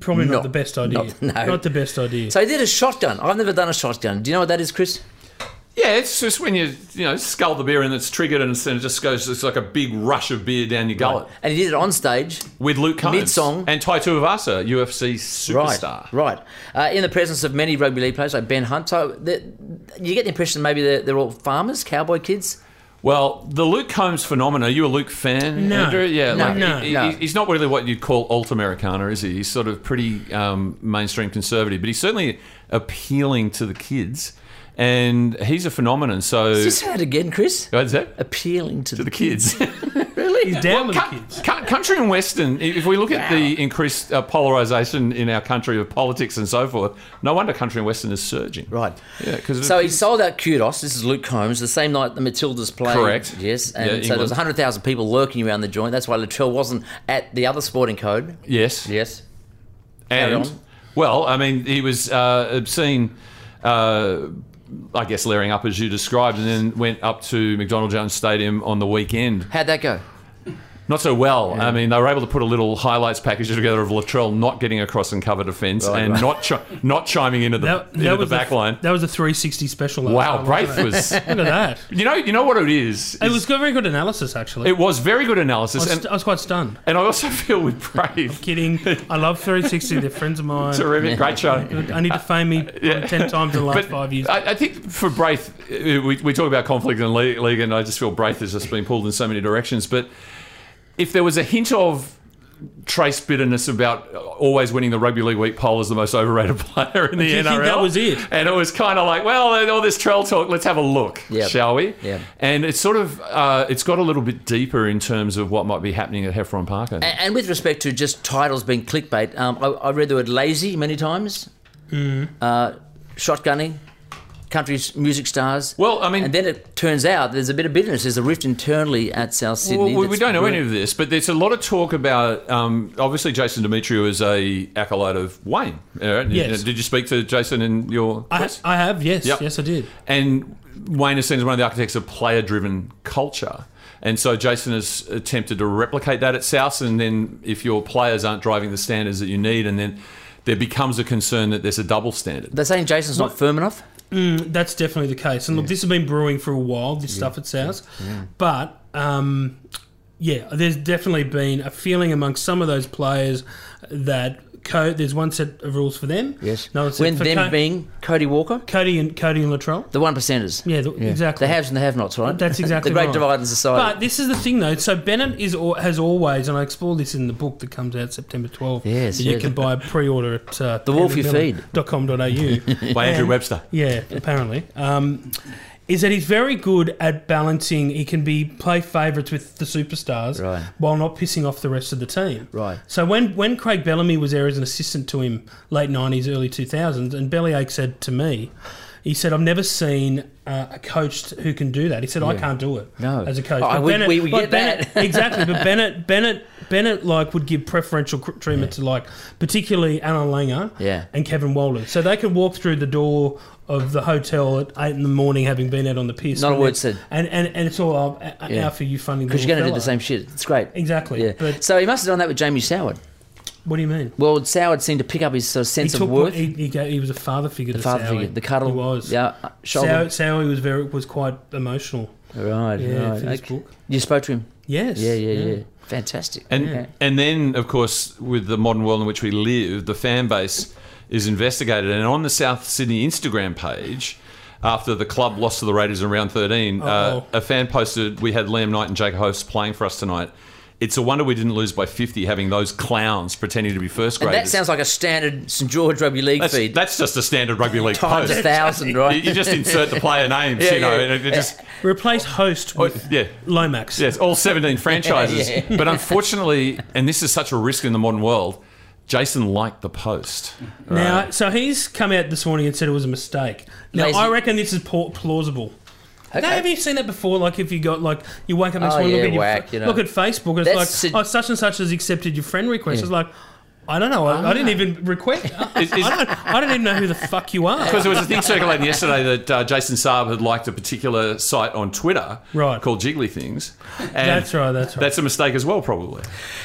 Probably not,
No.
the best idea.
Not- no.
Not the best idea.
So he did a shotgun. I've never done a shotgun. Do you know what that is, Chris?
Yeah, it's just when you you know scull the beer and it's triggered and it's- and it just goes. It's like a big rush of beer down your gullet
And he did it on stage.
with Luke Combs
Mid-song.
and Tai Tuivasa, UFC superstar.
Right, right. Uh, in the presence of many rugby league players like Ben Hunt. So the, you get the impression maybe they're, they're all farmers, cowboy kids.
Well, the Luke Combs phenomenon. Are you a Luke fan,
No.
Andrew? Yeah,
No.
like,
No.
he- he-
No.
he's not really what you'd call alt Americana, is he? He's sort of pretty um, mainstream conservative, but he's certainly appealing to the kids, and he's a phenomenon. So,
Did you say that again, Chris?
What's that?
Appealing to,
To the kids.
Really?
He's
Well,
down with the
cu-
kids.
cu- country and Western, i- if we look at the increased uh, polarization in our country of politics and so forth, no wonder country and Western is surging.
Right.
Yeah, because
So he sold out Kudos. This is Luke Combs. The same night the Matildas played.
Correct.
Yes.
Yeah,
And so
England.
there was 100,000 people lurking around the joint. That's why Latrell wasn't at the other sporting code.
yes.
Yes. Carry
And
on.
well, I mean, he was uh, obscene. Uh, I guess layering up as you described, and then went up to McDonald Jones Stadium on the weekend.
How'd that go?
Not so well. I mean, they were able to put a little highlights package together of Latrell not getting across and cover defence and not chi- not chiming into the
That,
into
that
the
was
back
a,
line.
That was a 360 special. last
Wow,
time,
Braith
wasn't it?
was.
Look at that.
You know, you know what it is.
It was good, very good analysis, actually.
It was very good
I,
analysis,
was,
and,
I was quite stunned.
and I also feel with Brave.
Kidding. I love 360. They're friends of mine.
Terrific, great show.
I need to fame me ten times in the last
But
five years.
I, I think for Braith, uh, we, we talk about conflict in league, league, and I just feel Braith has just been pulled in so many directions. But if there was a hint of trace bitterness about uh, always winning the Rugby League Week poll as the most overrated player in the
you think
NRL,
that was it?
And it was kind of like, well, all this trail talk, let's have a look,
Yeah.
shall we?
Yeah.
And it's sort of uh, it's got a little bit deeper in terms of what might be happening at Heffron Park. I think.
And, and with respect to just titles being clickbait, um, I, I read the word lazy many times,
Mm.
uh, shotgunning, country music stars.
Well, I mean-
And then it turns out there's a bit of bitterness. There's a rift internally at South Sydney.
Well, we, we
that's
don't know
brewing.
any of this, but there's a lot of talk about. Um, obviously, Jason Demetriou is a acolyte of Wayne. all right?
Yes.
Did you speak to Jason in your?
I,
press?
I have, yes,
Yep.
yes, I did.
and Wayne is seen as one of the architects of player-driven culture. And so Jason has attempted to replicate that at South, and then if your players aren't driving the standards that you need, and then there becomes a concern that there's a double standard.
They're saying Jason's not firm enough.
That's definitely the case. And look, this has been brewing for a while, this stuff at South. But, um, yeah, there's definitely been a feeling amongst some of those players that co- there's one set of rules for them. Another set
When
for
them
Co-
being Cody Walker,
Cody and Cody and Latrell.
the one percenters.
Yeah, the, exactly.
The haves and the have-nots, right?
That's exactly
the great
right.
divide in society.
But this is the thing, though. So Bennett is al- has always, and I explore this in the book that comes out September 12th.
Yes,
that you
yes.
can buy pre-order at uh,
The Wolf You Feed.
.com.au.
By Andrew
And-
Webster.
Yeah, apparently. Um, is that he's very good at balancing. He can be play favourites with the superstars
Right.
while not pissing off the rest of the team.
Right.
So when, when Craig Bellamy was there as an assistant to him, late nineties, early two thousands, and Bellyache said to me, he said, "I've never seen uh, a coach who can do that." He said, "I can't do it
No.
as a coach."
Oh,
But
we- we- we
but
get
Bennett-
that.
exactly. But Bennett, Bennett, Bennett, like would give preferential cr- treatment to like particularly Alan Langer
Yeah.
and Kevin Walden, so they could walk through the door of the hotel at eight in the morning, having been out on the piss.
Not a
and
word
it-
said.
And and, and it's all out, out
Yeah.
for you funding
Because you're
going to
do the same shit. It's great.
Exactly,
Yeah.
but-
so he must have done that with Jamie Soward.
What do you mean?
Well, Soward seemed to pick up his sort of sense
he
of
took.
worth.
He, he, gave, he was a father figure.
The
to
father
Sowie.
figure, the cuddle.
He was.
Yeah, uh, shoulder.
Sowie, Sowie was very was quite emotional.
Right,
Yeah,
right.
for his
Okay.
book.
You spoke to him.
Yes.
Yeah, yeah, yeah.
Yeah.
Fantastic.
And
Yeah.
and then of course with the modern world in which we live, the fan base is investigated. And on the South Sydney Instagram page, after the club lost to the Raiders in round thirteen, uh,
Uh-oh.
a fan posted, "We had Liam Knight and Jake Host playing for us tonight." It's a wonder we didn't lose by 50 having those clowns pretending to be first
And
graders.
that sounds like a standard St George Rugby League
that's,
feed.
that's just a standard rugby league
Times
post.
a thousand, right?
You, you just insert the player names,
Yeah,
you know,
yeah.
and it just
Replace host with
Oh, yeah.
Lomax.
Yes, all 17 franchises.
Yeah.
But unfortunately, and this is such a risk in the modern world, Jason liked the post.
Now, so he's come out this morning and said it was a mistake. Now,
Lazy.
I reckon this is pa- plausible. Now, have you seen that before? Like, if you got like you wake up next
Oh,
morning,
yeah,
look, at your
whack, you know.
look at Facebook, it's
That's
like
sug-
oh, such and such has accepted your friend request.
Yeah.
It's like. I don't know. I, I
Ah.
didn't even request. I,
Is- is-
I don't, I don't even know who the fuck you are.
Because there was a thing circulating yesterday that uh, Jason Saab had liked a particular site on Twitter
Right.
called Jiggly Things. And
That's right. That's right.
That's a mistake as well, probably.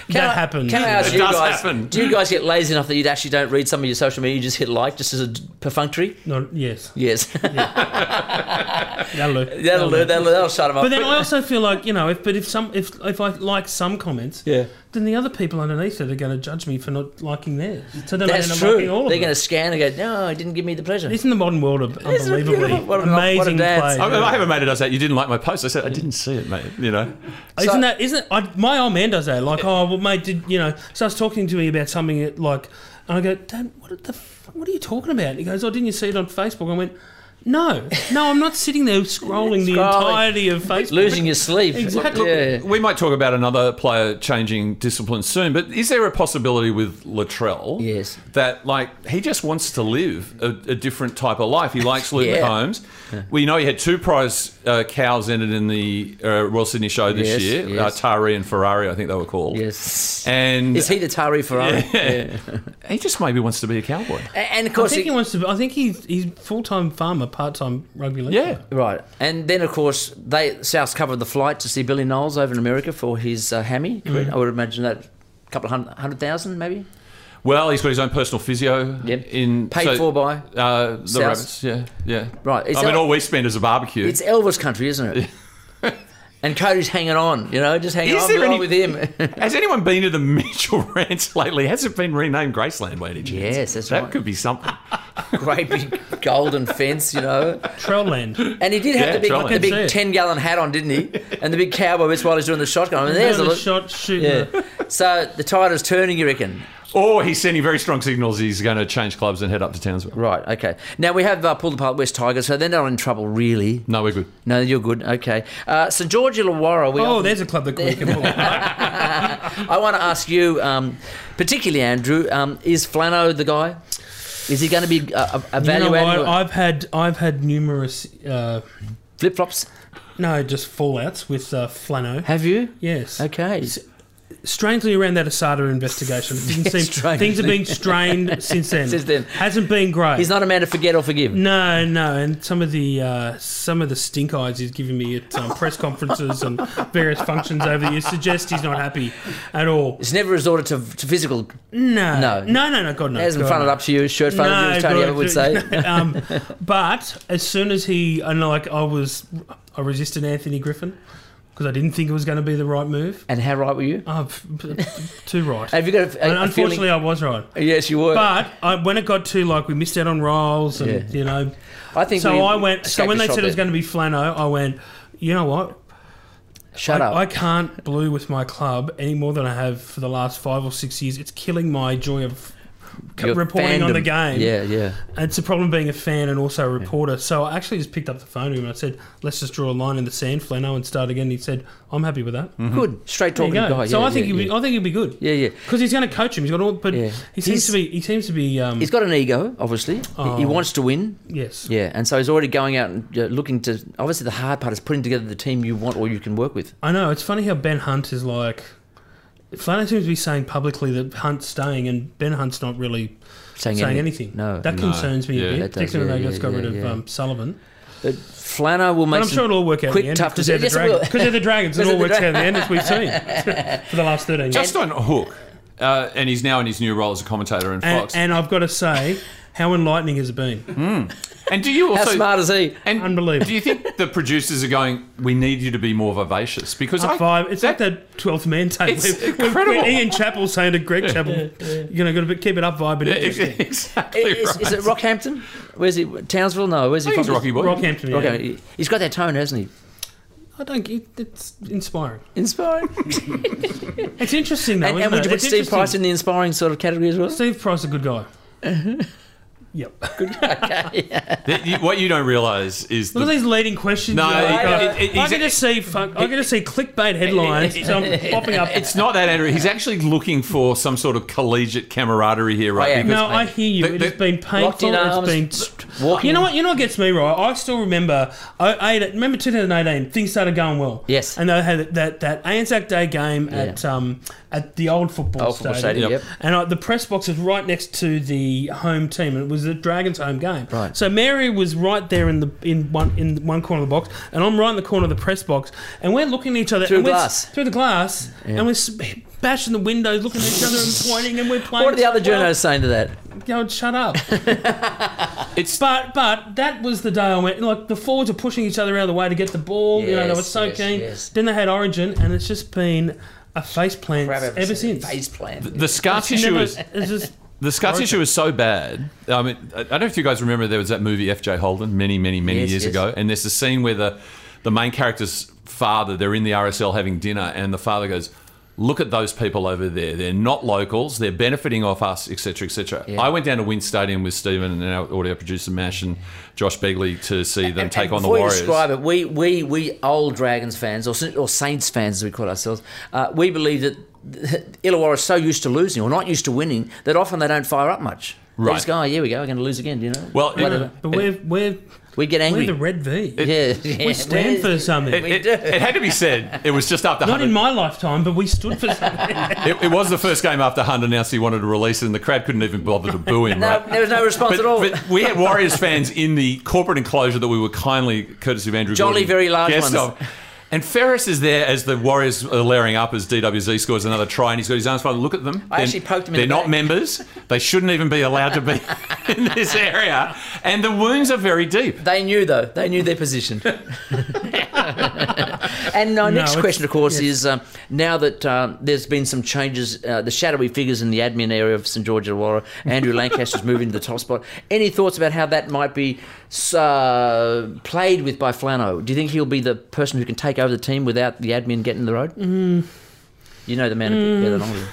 Can
that
I-
happens.
Can I ask
It
you
does
guys?
happen.
Do you guys get lazy enough that you actually don't read some of your social media? You just hit like just as a d- perfunctory.
No, yes.
Yes,
That'll do.
that'll do. That'll, that'll shut them up.
But then I also feel like you know, if but if some if if I like some comments,
Yeah.
then the other people underneath it are going to judge me for not liking theirs. So then I end
that's
up
true.
liking
They're
all of
going to
them.
scan and go, "No, it didn't give me the pleasure."
Isn't the modern world a-
Isn't it
unbelievably
beautiful? What a- what a
amazing
dance.
place?
I, I haven't made it. I said, You didn't like my post. I said, I didn't see it, mate. You know?
Isn't that isn't it, I, my old man does that? Like, oh well, mate, did you know? Starts talking to me about something at, like, and I go, Dad, what the f- what are you talking about? And he goes, Oh, didn't you see it on Facebook? I went, No, no, I'm not sitting there scrolling, the
Scrolling.
entirety of Facebook,
Losing your sleep.
Exactly.
Yeah.
We might talk about another player changing discipline soon, but is there a possibility with Latrell?
Yes.
That like he just wants to live a, a different type of life. He likes Luke
Yeah.
Combs. We know he had two prize uh, cows entered in the uh, Royal Sydney Show this
Yes,
year,
yes.
uh, Tari and Ferrari, I think they were called.
Yes.
And
Is he the Tari Ferrari?
he just maybe wants to be a cowboy.
A- And of
I
course,
think
he-
he wants to. Be, I think he's he's full time farmer, part time rugby league.
Yeah.
player.
Right, and then of course they Souths covered the flight to see Billy Knowles over in America for his uh, hammy.
Mm-hmm.
I would imagine that a couple of hundred, hundred thousand maybe.
Well, he's got his own personal physio.
Yep.
In
Paid for by
uh, the
South.
rabbits. Yeah, yeah.
Right, is
I
that-
mean, all we spend is a barbecue.
It's Elvis country, isn't it? and Cody's hanging on, you know, just hanging
Is
on
there
along
any-
with him.
Has anyone been to the Mitchell Ranch lately? Has it been renamed Graceland by any chance?
Yes, that's
that
right.
could be something.
Great big golden fence, you know.
Trellland.
And he did have
Yeah,
the big,
totally.
the
I can
big
see it.
ten gallon hat on, didn't he? And the big cowboy boots while he's doing the shotgun. I mean, there's a
Doing the
look.
shot shooting.
yeah.
the-
So the tide is turning, you reckon?
Or he's sending very strong signals he's going to change clubs and head up to Townsville.
Right. Okay. Now we have uh, pulled apart West Tigers, so they're not in trouble really.
No, we're good.
No, you're good. Okay. Uh, St George Illawarra. We
Oh,
often-
there's a club that we can pull.
I want to ask you, um, particularly Andrew, um, is Flano the guy? Is he going to be uh,
You know
evaluated?
what? I've had I've had numerous uh,
Flip flops.
no just fallouts with uh, Flano.
Have you?
Yes.
Okay.
Strangely, around that Asada investigation, it didn't
Yeah,
seem
strangely.
things have been strained since then.
Since then.
hasn't been great.
He's not a man to forget or forgive.
No, no, and some of the uh, some of the stink eyes he's given me at um, press conferences and various functions over the years suggest he's not happy at all.
He's never resorted to, to physical.
No,
No.
no, no, no, God no.
Hasn't
God,
fronted
no.
up to you, shirt fronted you, as Tony
God,
Abbott would say.
um, but as soon as he and like I was, I resisted Anthony Griffin because I didn't think it was going to be the right move.
And how right were you?
Oh, p- p- too right.
Have you got a, a,
and
a feeling-
unfortunately, I was right.
Yes, you were.
But I, when it got to like we missed out on Riles and
Yeah.
you know
I think we
so I went. So
escaped
when
the
they
shot
said it was
there.
going to be Flano, I went. You know what?
shut
I,
up.
I can't blue with my club any more than I have for the last five or six years. It's killing my joy of c-
Your
reporting on
fandom.
the game.
Yeah, yeah.
And it's a problem being a fan and also a reporter. So I actually just picked up the phone to him and I said, "Let's just draw a line in the sand, Flano, and start again." He said, "I'm happy with that."
Good, straight
Mm-hmm. There
talking
you go.
guy.
so
yeah,
I think
yeah,
he'll be,
yeah.
I think he'll be good.
Yeah, yeah.
Because he's going to coach him. He's got all, but
Yeah.
he
He's-
seems to be. He seems to be. Um,
He's got an ego, obviously. He- He
Oh.
wants to win.
yes.
Yeah, and so he's already going out and uh, looking to. Obviously, the hard part is putting together the team you want or you can work with.
I know. It's funny how Ben Hunt is like. Flanagan seems to be saying publicly that Hunt's staying, and Ben Hunt's not really
Saying,
saying
anything.
anything.
No.
that concerns me
Yeah.
a bit.
That does,
Particularly when
yeah,
they just
yeah,
got rid
yeah,
of
yeah.
um, Sullivan.
but Flano will make
But I'm
some
sure it'll all work out
quick,
in the end
tough
because they're the
decisions. Yes, it will.
dragons. Because they're the dragons, it
Because
all
they're
works
the
out in the end, as we've seen for the last 13 years.
Just on Hook, Uh, and he's now in his new role as a commentator in Fox.
And, and I've got to say, how enlightening has it been?
And do you also
How smart
is he?
And
Unbelievable.
Do you think the producers are going? We need you to be more vivacious because I,
High five. It's like that 12th man tape.
It's
where- where-
incredible.
where Ian Chappell saying to Greg
Yeah.
Chappell,
Yeah.
you know, got to keep it up vibe. And
Yeah,
interesting."
Is, is it Rockhampton? Where's he? Townsville? No, where's he
I
from?
think it's Rocky Boy. Rockhampton, yeah.
Rockhampton. He's got that tone, hasn't he?
I don't get It's inspiring.
Inspiring.
it's interesting, though.
and
isn't
and would
it?
you put
It's
Steve
interesting.
Price in the inspiring sort of category as well?
Steve Price, a good guy. yep. Good
guy.
That you- what you don't realize is
Look at
the-
these leading questions.
No,
you know.
it- it- it-
I
he's-
can just see. Fuck, I can just see clickbait headlines. so I'm popping up.
It's not that, Andrew. He's actually looking for some sort of collegiate camaraderie here,
Oh,
right? Because-
no, I hear you.
the-
It
the-
has been
Locked in
painful.
arms,
It's been. You know what? You know what gets me right. I still remember. I, remember 2018. Things started going well.
Yes.
And they had that, that Anzac Day game
Yeah.
at um at the old football
Old football
stadium.
Oh, stadium, Yep. yep.
And I, the press box is right next to the home team, and it was the Dragons' home game. Right. So Mary was right there in the in one in one corner of the box, and I'm right in the corner of the press box, and we're looking at each other
Through
and we're-
glass.
through the glass,
Yeah.
and we're. s- Bashing the windows, looking at each other and pointing, and we're playing.
What are the other
well.
journos saying to that?
Yo, shut up.
it's
but but that was the day I went. Like the forwards are pushing each other out of the way to get the ball. you know they were
Yes,
so
yes,
keen.
yes.
Then they had Origin, and it's just been a face plant
Crap
ever, since.
Face plant.
the scar
It's
tissue
never-
is
it's just
The scar
Origin.
tissue is so bad. I mean, I I don't know if you guys remember there was that movie F.J. Holden many, many, many
Yes,
years
yes.
ago, and there's a scene where the the main character's father they're in the RSL having dinner, and the father goes. Look at those people over there. They're not locals. They're benefiting off us, etc., etc. I went down to Wind Stadium with Stephen and our audio producer Mash and Josh Begley to see them take on the
Before you
Warriors.
describe it, we, we, we old Dragons fans, or, Sa- or Saints fans as we call ourselves, uh, we believe that Illawarra is so used to losing or not used to winning that often they don't fire up much. They
Right.
just go, oh, here we go, we're going to lose again, you know?
Well, it-
Whatever.
But we're we're
we get angry.
we're the red V.
yeah, yeah.
we stand for something.
It, it- it had to be said. It was just after
Not
100
in my lifetime, but we stood for something.
it, it was the first game after Hunt announced he wanted to release it, and the crowd couldn't even bother to boo him.
No,
right?
there was no response
but,
at all.
but we had Warriors fans in the corporate enclosure that we were kindly, courtesy of Andrew,
Jolly,
Gordon,
very large ones.
guest of. And Ferris is there as the Warriors are layering up as DWZ scores another try, and he's got his arms folded. Look at them.
I actually poked him in
They're
the
not
back.
members. They shouldn't even be allowed to be in this area. And the wounds are very deep.
They knew though. They knew their position. and our
No,
next
it's-
question, of course,
yes.
is um, now that um, there's been some changes, uh, the shadowy figures in the admin area of St George Illawarra, Andrew Lancaster's moving to the top spot. Any thoughts about how that might be uh, played with by Flano? Do you think he'll be the person who can take over the team without the admin getting in the road?
Mm,
You know the man a bit better than I do.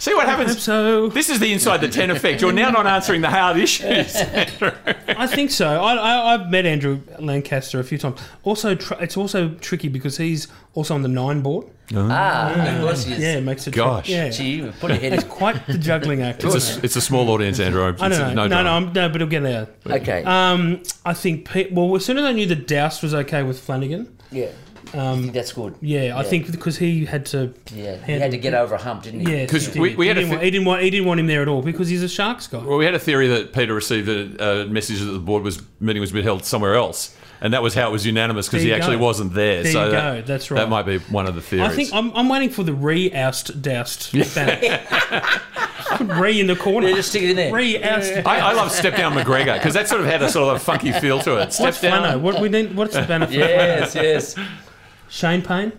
See what
I
happens.
hope so.
This is the inside the 10 effect. You're now not answering the hard issues.
I think so. I, I, I've met Andrew Lancaster a few times. Also, tr- it's also tricky because he's also on the nine board.
Ah, of course he is.
yeah, it makes it. tri-
Gosh.
yeah,
Gee, you put your head
it's
in.
quite the juggling act.
It's
isn't
a,
it?
it's a small audience, Andrew.
I
It's
don't know. No,
drama.
no, I'm, no, but it'll get there.
Okay.
Um, I think. Pe- well, as soon as I knew the Douse was okay with Flanagan,
yeah.
um,
That's good.
yeah,
Yeah.
I think because he had to.
Yeah, he had to get over a hump, didn't he?
Yeah,
Because we- we
he,
had a
didn't
thi-
want, he didn't want he didn't want him there at all because he's a Sharks guy.
Well, we had a theory that Peter received a, a message that the board was meeting was being held somewhere else, and that was how it was unanimous because
There
he
you
actually
go.
wasn't there.
There
so
you
that,
go. That's right.
That might be one of the theories.
I think I'm, I'm waiting for the re-oust doused banner. re in the corner.
Yeah, just stick it in there.
Re-oust.
I, I love Step Down McGregor because that sort of had a sort of a funky feel to it. Step
What's
Down.
Flano? What we need? What's the banner? for
Yes,
Flano?
yes.
Shane Payne.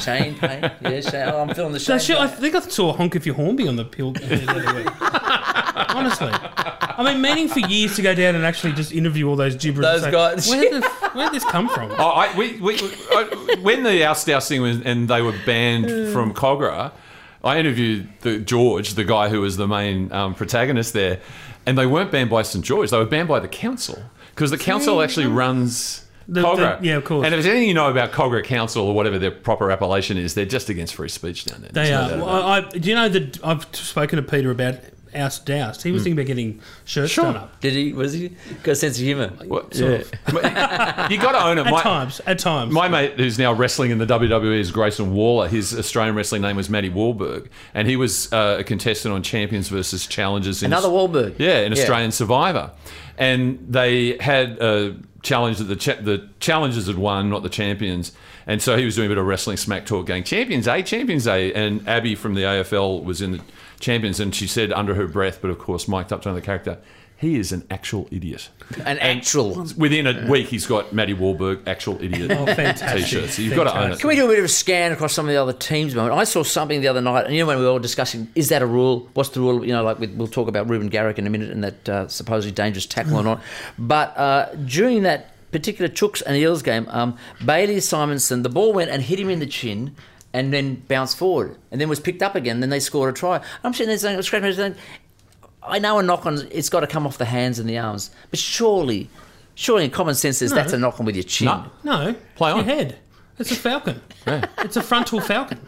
Shane Payne. Yeah, Shane. Oh, I'm feeling the
So
Shane.
shit, I think I saw Honk If You Hornby on the pill the other week. Honestly, I've been meaning for years to go down and actually just interview all those gibberish.
Those
and say,
guys.
Where did, where did this come from?
Oh, I, we, we, I, when the oust ousting was, and they were banned
Mm.
from Cogra, I interviewed the George, the guy who was the main um, protagonist there, and they weren't banned by St George; they were banned by the council because the council actually runs.
The-
Cogra.
the- yeah, of course.
And if there's anything you know about Cogra Council or whatever their proper appellation is, they're just against free speech down there. There's
They
no
are.
doubt
Well,
about it.
I, I, do you know that I've spoken to Peter about oust doused?
Hmm.
He was thinking about getting shirts done up.
Did he? Was he got a sense of humour?
What-
Yeah.
you got to own it.
At
My-
times, at times.
My mate, who's now wrestling in the WWE, is Grayson Waller. His Australian wrestling name was Matty Wahlberg, and he was uh, a contestant on Champions versus Challengers. In
Another Wahlberg.
Yeah, an
Yeah.
Australian Survivor, and they had a challenge that the cha- the challengers had won, not the champions. And so he was doing a bit of wrestling smack talk, going champions, eh? champions, eh? And Abby from the AFL was in the champions. And she said under her breath, but of course, mic'd up to another character, he is an actual idiot.
An actual.
Within a week, he's got Matty Wahlberg, actual idiot
Oh, fantastic.
t-shirts. So you've got to own it.
Can we do a bit of a scan across some of the other teams? at the moment? I saw something the other night, and you know when we were all discussing, is that a rule? What's the rule? You know, like we- we'll talk about Ruben Garrick in a minute and that uh, supposedly dangerous tackle or not. But uh, during that particular Chooks and Eels game, um, Bailey Simonson, the ball went and hit him in the chin. And then bounced forward, and then was picked up again. Then they scored a try. I'm sitting there saying, I'm scratching my head saying, I know a knock on, it's got to come off the hands and the arms, but surely, surely in common sense, says
No.
that's a knock on with your chin.
No, play on your head. It's a falcon. It's a frontal falcon.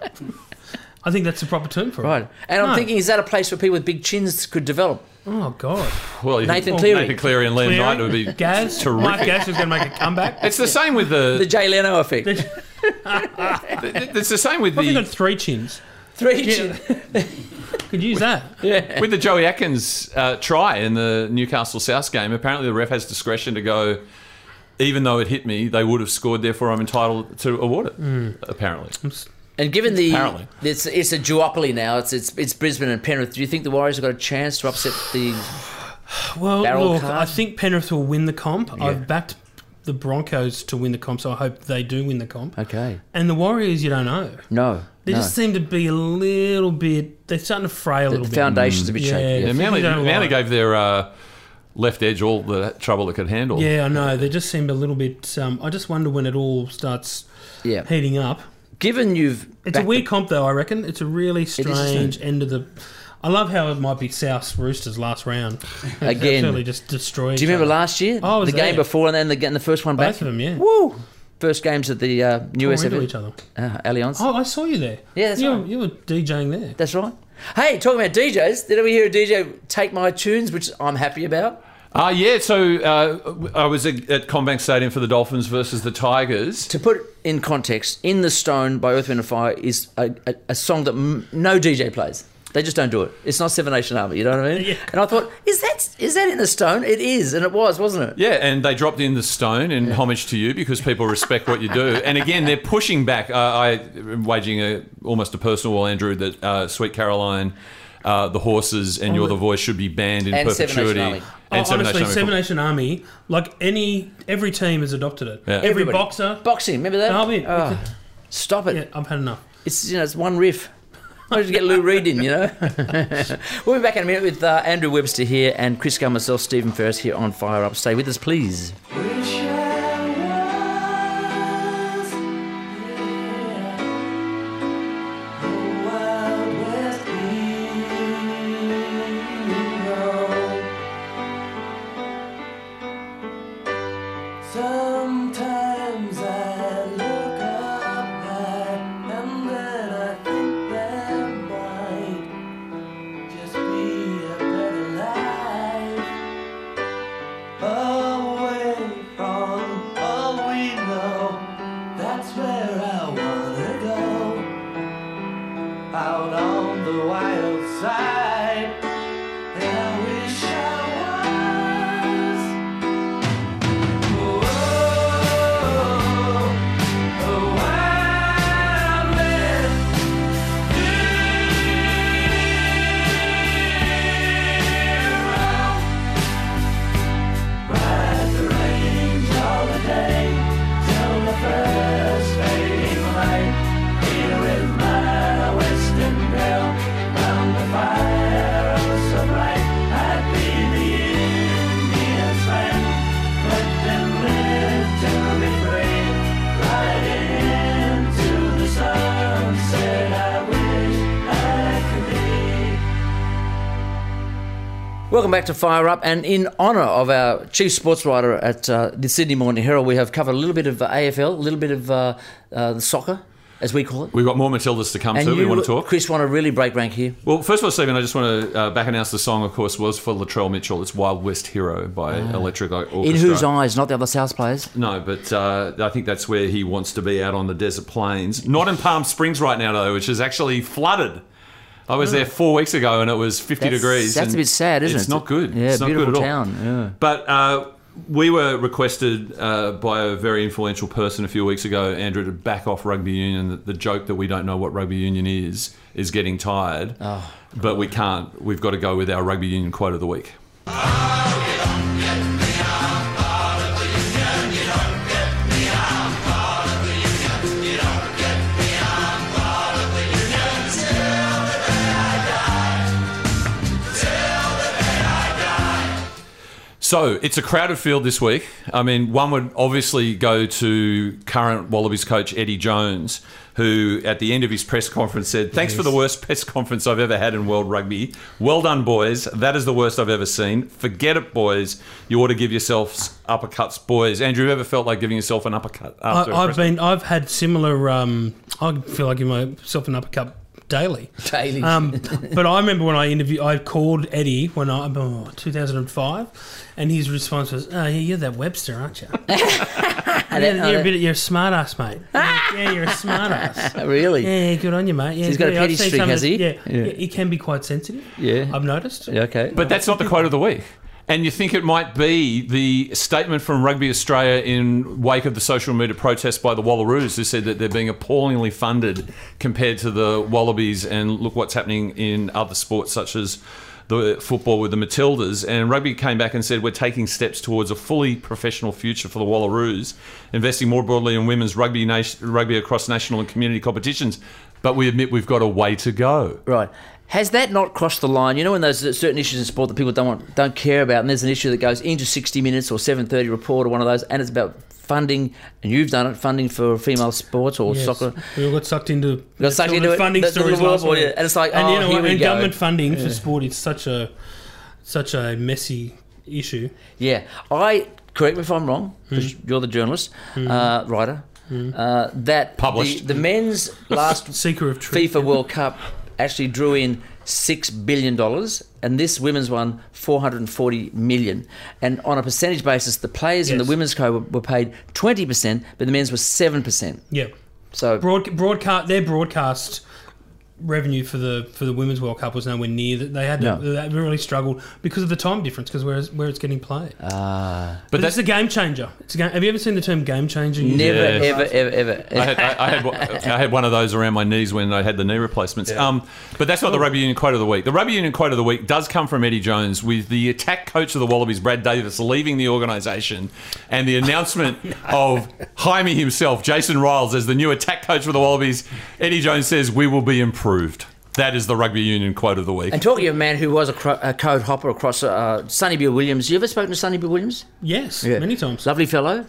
I think that's the proper term for it.
Right. And I'm
No.
thinking, is that a place where people with big chins could develop?
Oh God.
Well, you-
Nathan Cleary.
Nathan Cleary and Liam
Cleary.
Knight would be
Gaz,
terrific.
Mike Gaz was going to make a comeback.
It's the same with the
the Jay Leno effect.
it's the same with
I've
the-
got three chins.
Three
chins. Could use that.
Yeah.
With the Joey Atkins uh, try in the Newcastle South game, apparently the ref has discretion to go. Even though it hit me, they would have scored. Therefore, I'm entitled to award it.
Mm.
Apparently,
And given the
Apparently.
it's it's a duopoly now. It's it's it's Brisbane and Penrith. Do you think the Warriors have got a chance to upset the?
Well,
Barrel
look,
card?
I think Penrith will win the comp.
Yeah.
I've backed the Broncos to win the comp, so I hope they do win the comp.
Okay.
And the Warriors, you don't know.
No.
They
no.
just seem to be a little bit. They're starting to frail a
The-
little
the
bit.
foundation's a bit shaky, yeah.
I
yeah,
think
Manly,
they don't
Manly
like-
gave their uh, left edge all the trouble it could handle.
Yeah, I know. They just seemed a little bit. Um, I just wonder when it all starts
Yeah.
heating up.
Given you've.
It's a
backed
weird comp, though, I reckon. It's a really strange end of the. I love how it might be South Roosters last round. It's
Again.
absolutely just destroyed.
Do you
each
remember
other.
last year?
I was
the game
there.
before and then the, and the first one
Both
back.
of them, yeah.
Woo! First games at the uh, new
Tore
SF.
into each other.
Uh, Allianz.
Oh, I saw you there.
Yeah, that's
you,
right.
you were DJing there.
That's right. Hey, talking about DJs, did we hear a DJ take my tunes, which I'm happy about?
Uh, yeah, so uh, I was at at Combank Stadium for the Dolphins versus the Tigers.
To put it in context, In the Stone by Earth, Wind and Fire is a, a, a song that m- no DJ plays. They just don't do it. It's not Seven Nation Army, you know what I mean? And I thought, is that is that In the Stone? It is, and it was, wasn't it?
Yeah, and they dropped in the stone in homage to you because people respect what you do. And again, they're pushing back. Uh, I am waging a, almost a personal war, Andrew, that uh, Sweet Caroline, uh, the horses, and You're the Voice should be banned in
Oh, And Seven
perpetuity.
Nation Army. Oh, honestly,
Army.
Seven Nation Army, like any, every team has adopted it.
Yeah.
Every
Everybody.
boxer,
boxing. Remember that?
I'll be-
Oh, stop it. Yeah,
I've had enough.
It's you know, it's one riff. I just get Lou Reed in, you know. we'll be back in a minute with uh, Andrew Webster here and Chris Gunn, myself, Stephen Ferris here on Fire Up. Stay with us, please.
Sometimes I look up high and then I think there might just be a better life away from all we know. That's where I wanna go. Out on the wild side, and I wish I was. Fire oh so bright, I'd be the Indian friend. Let them live till we free. Ride into the sunset. I wish I could be.
Welcome back to Fire Up, and in honour of our chief sports writer at uh, the Sydney Morning Herald, we have covered a little bit of uh, AFL, a little bit of uh, uh, the soccer, as we call it.
We've got more Matildas to come
and
to.
you,
we want to talk.
Chris, want to really break rank here.
Well, first of all, Stephen, I just want to uh, back announce the song, of course, was for Latrell Mitchell. It's Wild West Hero by
Ah.
Electric Orchestra.
In whose eyes? Not the other South players.
No, but uh, I think that's where he wants to be out on the desert plains. Not in Palm Springs right now, though, which is actually flooded. I was there four weeks ago and it was 50
Mm. That's-
degrees.
that's
and
a bit sad, isn't
it's
it?
not good.
Yeah,
it's not
beautiful
good at all.
town. Yeah.
But uh, we were requested uh, by a very influential person a few weeks ago, Andrew, to back off rugby union. The- The joke that we don't know what rugby union is is getting tired,
Oh.
but we can't. We've got to go with our rugby union quote of the week. So it's a crowded field this week. I mean, one would obviously go to current Wallabies coach Eddie Jones, who at the end of his press conference said, Thanks for the worst press conference I've ever had in world rugby. Well done, boys. That is the worst I've ever seen. Forget it, boys. You ought to give yourselves uppercuts, boys. Andrew, have you ever felt like giving yourself an uppercut after a
I, I've
press
been, I've had similar. Um, I feel like I give myself an uppercut daily.
Daily.
Um, but I remember when I interviewed, I called Eddie when I, oh, 2005, and his response was, "Oh yeah, you're that Webster, aren't you?
don't
you're,
know
you're a
that-
bit, you're a smart ass, mate. yeah, you're a smart ass.
Really?
Yeah, yeah, good on you, mate. Yeah,
So he's got a
yeah, I've
petty
seen
streak,
some
has
of the-
he?
Yeah,
Yeah.
yeah, he can be quite sensitive.
Yeah.
I've noticed.
Yeah, okay.
But that's not the quote of the week. And you think it might be the statement from Rugby Australia in wake of the social media protest by the Wallaroos, who said that they're being appallingly funded compared to the Wallabies, and look what's happening in other sports such as the football with the Matildas. And Rugby came back and said we're taking steps towards a fully professional future for the Wallaroos, investing more broadly in women's rugby, nation, rugby across national and community competitions. But we admit we've got a way to go.
Right. Has that not crossed the line? You know, when there's certain issues in sport that people don't want, don't care about, and there's an issue that goes into 60 Minutes or 7:30 Report or one of those, and it's about funding, and you've done it, funding for female sports or
Yes.
soccer.
We all got sucked into
got sucked
the
into it,
funding
the- the
stories
little
last
world war,
week.
yeah. And it's like,
and
oh,
you know
here
what?
we
and
go.
government funding
Yeah.
for sport is such a such a messy issue.
Yeah, I correct me if I'm wrong. 'cause
Hmm.
You're the journalist, uh, writer. Uh, that
Published.
the, the men's last
Seeker of truth.
FIFA World Cup actually drew in six billion dollars, and this women's one four hundred and forty million. And on a percentage basis, the players in the
Yes.
women's co were, were paid twenty percent, but the men's was seven percent.
Yeah.
So
Broad, broadcast their broadcast revenue for the for the women's World Cup was nowhere near that. They had to,
No.
they really struggled because of the time difference because where it's- where it's getting played.
ah,
but that's a game changer. It's a game, have you ever seen the term game changer? used?
never,
Yes.
ever, ever, ever.
I had, I, I, had, one- I had one of those around my knees when I had the knee replacements. Um, but that's not the rugby union quote of the week. The rugby union quote of the week does come from Eddie Jones with the attack coach of the Wallabies, Brad Davis, leaving the organisation and the announcement of Jaime himself, Jason Riles, as the new attack coach for the Wallabies. Eddie Jones says, We will be improved. That is the rugby union quote of the week.
and talking of a man who was a, cro- a code hopper across uh, Sonny Bill Williams, you ever spoken to Sonny Bill Williams?
Yes,
Yeah.
many times.
Lovely fellow.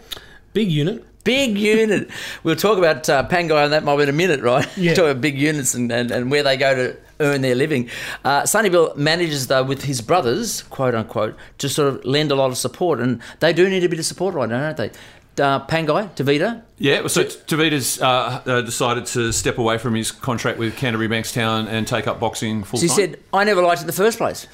Big unit.
Big unit. we'll talk about uh, Pangai and that mob in a minute, right?
Yeah.
talk about big units and, and, and where they go to earn their living. Uh, Sonny Bill manages, though, with his brothers, quote unquote, to sort of lend a lot of support. And they do need a bit of support right now, don't they? Uh, Pangai, Tavita.
Yeah, so Tavita's uh, uh, decided to step away from his contract with Canterbury Bankstown and take up boxing full
So he
time.
said, I never liked it in the first place.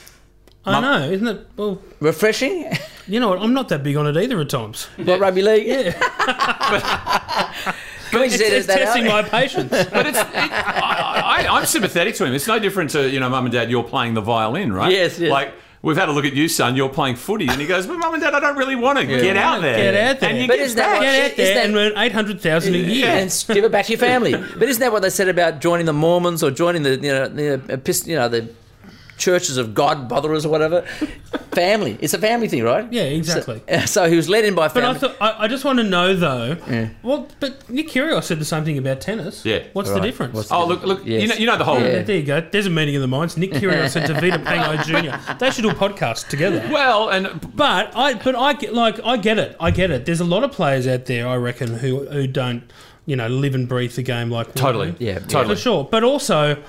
I know, isn't it? Well,
Refreshing?
you know what? I'm not that big on it either at times.
what, rugby league? Yeah. Can we just
It's,
edit
it's
that out?
testing my patience.
But it's, it, I, I, I'm sympathetic to him. It's no different to you know, mum and dad. You're playing the violin, right?
Yes, yes.
Like we've had a look at you, son. You're playing footy, and he goes, "But mum and dad, I don't really want to get out there.
Get out there.
And you
But
get
isn't that
back.
what-
Get
Is
out there
that-
and earn 800000 a year.
and s- give it back to your family. But isn't that what they said about joining the Mormons or joining the you know the uh, pis- you know the churches of God botherers or whatever? family, it's a family thing, right?
Yeah, exactly.
So, so he was led in by
But I,
family.
thought, I, I just want to know though.
Yeah.
Well, but Nick Kyrgios said the same thing about tennis.
Yeah.
What's
Right.
the difference?
What's the
Oh look, look. You
Yes.
know, you know the whole.
Yeah, There you go. There's a meeting of the minds. Nick Kyrgios and Davida Pango Jr. They should do a podcast together.
Well, and
But I, but I get like I get it. I get it. There's a lot of players out there I reckon who who don't you know live and breathe the game like we
totally,
do.
Yeah,
Mm-hmm. totally.
for sure. But also.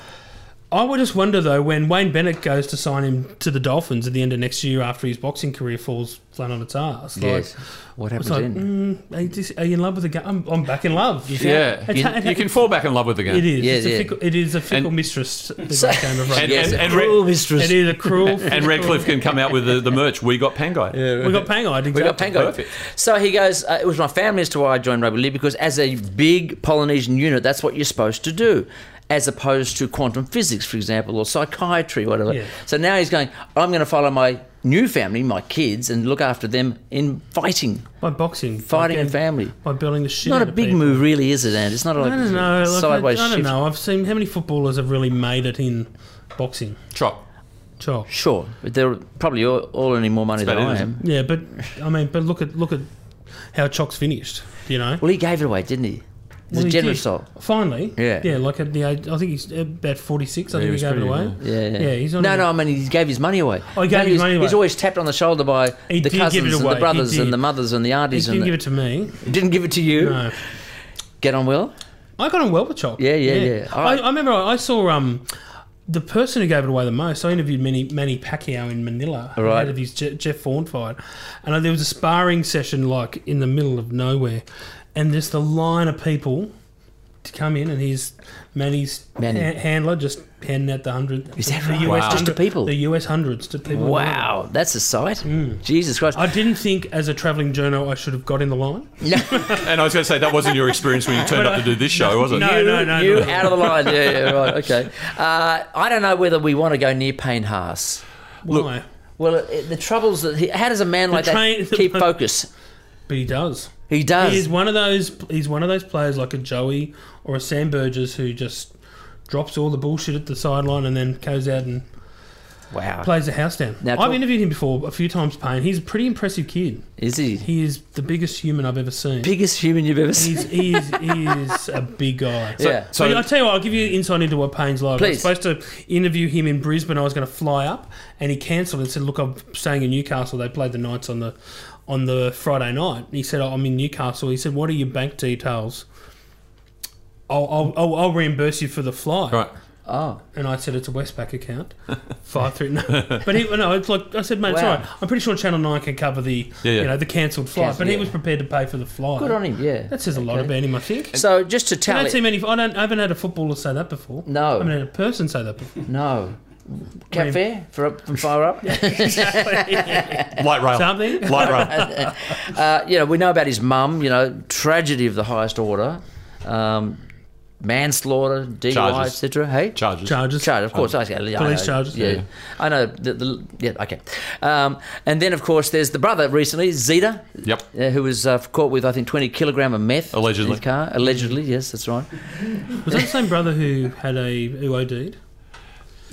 I would just wonder though when Wayne Bennett goes to sign him to the Dolphins at the end of next year after his boxing career falls flat on its ass. Like,
yes. What happens
It's like,
then?
mm, are, you just- are you in love with the game? I'm, I'm back in love.
Yeah,
It's-
you, you can fall back in love with the game.
It is.
Yeah,
it's
yeah.
A fickle, it is a fickle
And-
mistress. The
So-
great game of rugby.
And,
Yes,
and, and,
cruel
Red,
mistress.
it is a cruel.
and Redcliffe can come out with the, the merch. We got Pangai.
We got Pangai. Exactly.
We got Pango.
Perfect.
So he goes, uh, it was my family as to why I joined rugby league because as a big Polynesian unit, that's what you're supposed to do, as opposed to quantum physics, for example, or psychiatry, whatever.
Yeah.
So now he's going, I'm going to follow my new family, my kids, and look after them in fighting,
by boxing,
fighting
fucking-
and family.
by building the shit.
Not a
out of
big
people.
move, really, is it, And It's not like
I don't know. Like,
sideways
I, I don't
shift.
know. I've seen how many footballers have really made it in boxing.
Chop.
Chop.
Sure, but they're probably all, all earning more money
That's
than
about
I
it,
am.
isn't it? Yeah, but I mean, but look at look at how Chock's finished. You know.
Well, he gave it away, didn't he? He's
Well,
a
he
generous
did.
soul.
Finally.
Yeah.
Yeah, like at the age, I think he's about forty six.
Yeah,
I think he,
he was
gave it away.
pretty- yeah. Yeah, yeah.
he's not
No,
even-
no, I mean he gave his money away.
Oh, he gave
No,
his
was-
money away.
He's always tapped on the shoulder by
He
the
did give it
cousins and
away,
the
he
brothers
did.
and the mothers and the
He
aunties.
didn't
and
give
the-
it to me.
Didn't give it to you.
No.
Get on well.
I got on well with Chalk.
Yeah, yeah, yeah.
I, I remember I, I saw um, the person who gave it away the most. I interviewed Manny, Manny Pacquiao in Manila,
All right.
out of his Je- Jeff Fawn fight, and uh, there was a sparring session like in the middle of nowhere, and just the line of people to come in, and he's Manny's
Manny.
ha- handler just handing out the hundred.
Is that
the
right? Wow. Just to
hundred-
people?
The US hundreds to people.
Wow, that's a sight.
Mm.
Jesus Christ!
I didn't think as a travelling journal I should have got in the line.
And I was going to say that wasn't your experience when you turned up to do this show, was it?
No,
you,
no, no,
you
no.
out of the line. Yeah, yeah, right. Okay. Uh, I don't know whether we want to go near Payne Haas.
Why?
Well, it, the troubles that he, how does a man
The
like
train-
that keep focus?
But he does.
He does.
He is one of those. He's one of those players like a Joey or a Sam Burgess who just drops all the bullshit at the sideline and then goes out and
Wow.
plays the house down.
Now,
I've
talk-
interviewed him before a few times. Payne. He's a pretty impressive kid.
Is he?
He is the biggest human I've ever seen.
Biggest human you've ever seen.
He's, he, is, he is a big guy.
So- Yeah.
So,
so-
I'll tell you what, I'll give you insight into what Payne's like.
Please.
I was supposed to interview him in Brisbane. I was going to fly up, and he cancelled and said, "Look, I'm staying in Newcastle. They played the Knights on the on the Friday night." And he said, "I'm in Newcastle." He said, "What are your bank details? I'll I'll, I'll, I'll reimburse you for the flight."
Right.
Oh.
And I said, "It's a Westpac account, five three no." But he, no, it's like I said, mate, it's
Wow.
all right. I'm pretty sure Channel Nine can cover the
Yeah, yeah.
you know the cancelled flight,
Cancel,
but he
yeah.
was prepared to pay for the flight.
Good on him, yeah.
That says a lot
Okay.
about him, I think.
So just to
I
tally,
don't see many. I don't. I haven't had a footballer say that before.
No.
I haven't had a person say that before.
no. Cap fair for up from fire up.
Light rail.
Something.
Light rail.
uh, you know, we know about his mum. You know, tragedy of the highest order, um, manslaughter, DUI,
Charges.
etc. Hey,
Charges.
Charges.
Charge, of course. I, I,
Police
I,
charges.
Yeah,
Yeah.
I know. The, the, yeah, okay. Um, and then, of course, there's the brother recently, Zeta.
Yep.
uh, who was uh, caught with, I think, 20 kilogram of meth in
Allegedly.
his car. Allegedly, yes, that's right.
Was that the same brother who had a who OD'd?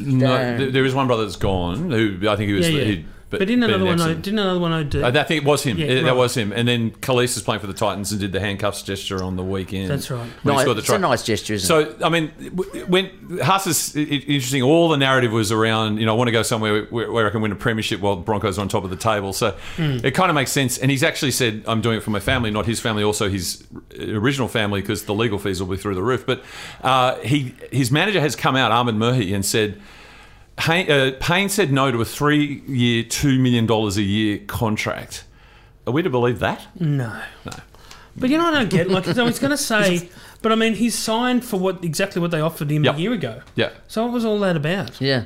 No,
Damn.
th- there is one brother that's gone. Who I think he was.
yeah, yeah.
He,
but didn't
been
another one?
accident.
O- Didn't another one OD?
Oh,
I I think it was him.
Yeah,
It-
right.
That was him. And then Khalees is playing for the Titans and did the handcuffs gesture on the weekend.
That's right.
When he
Nice-
scored the
it's
try.
a nice gesture, isn't it?
So I mean, w- when Haas is i- i- interesting, all the narrative was around. You know, I want to go somewhere where, where I can win a premiership while the Broncos are on top of the table. So
Mm.
it kind of makes sense. And he's actually said, "I'm doing it for my family, not his family, also his original family, because the legal fees will be through the roof." But uh, he, his manager has come out, Armin Murphy, and said. Payne, uh, Payne said no to a three-year, two million dollars a year contract. Are we to believe that?
No.
No.
But you know, what I don't get. Like, I was going to say, but I mean, he signed for what exactly what they offered him
Yep.
a year ago.
Yeah.
So what was all that about?
Yeah.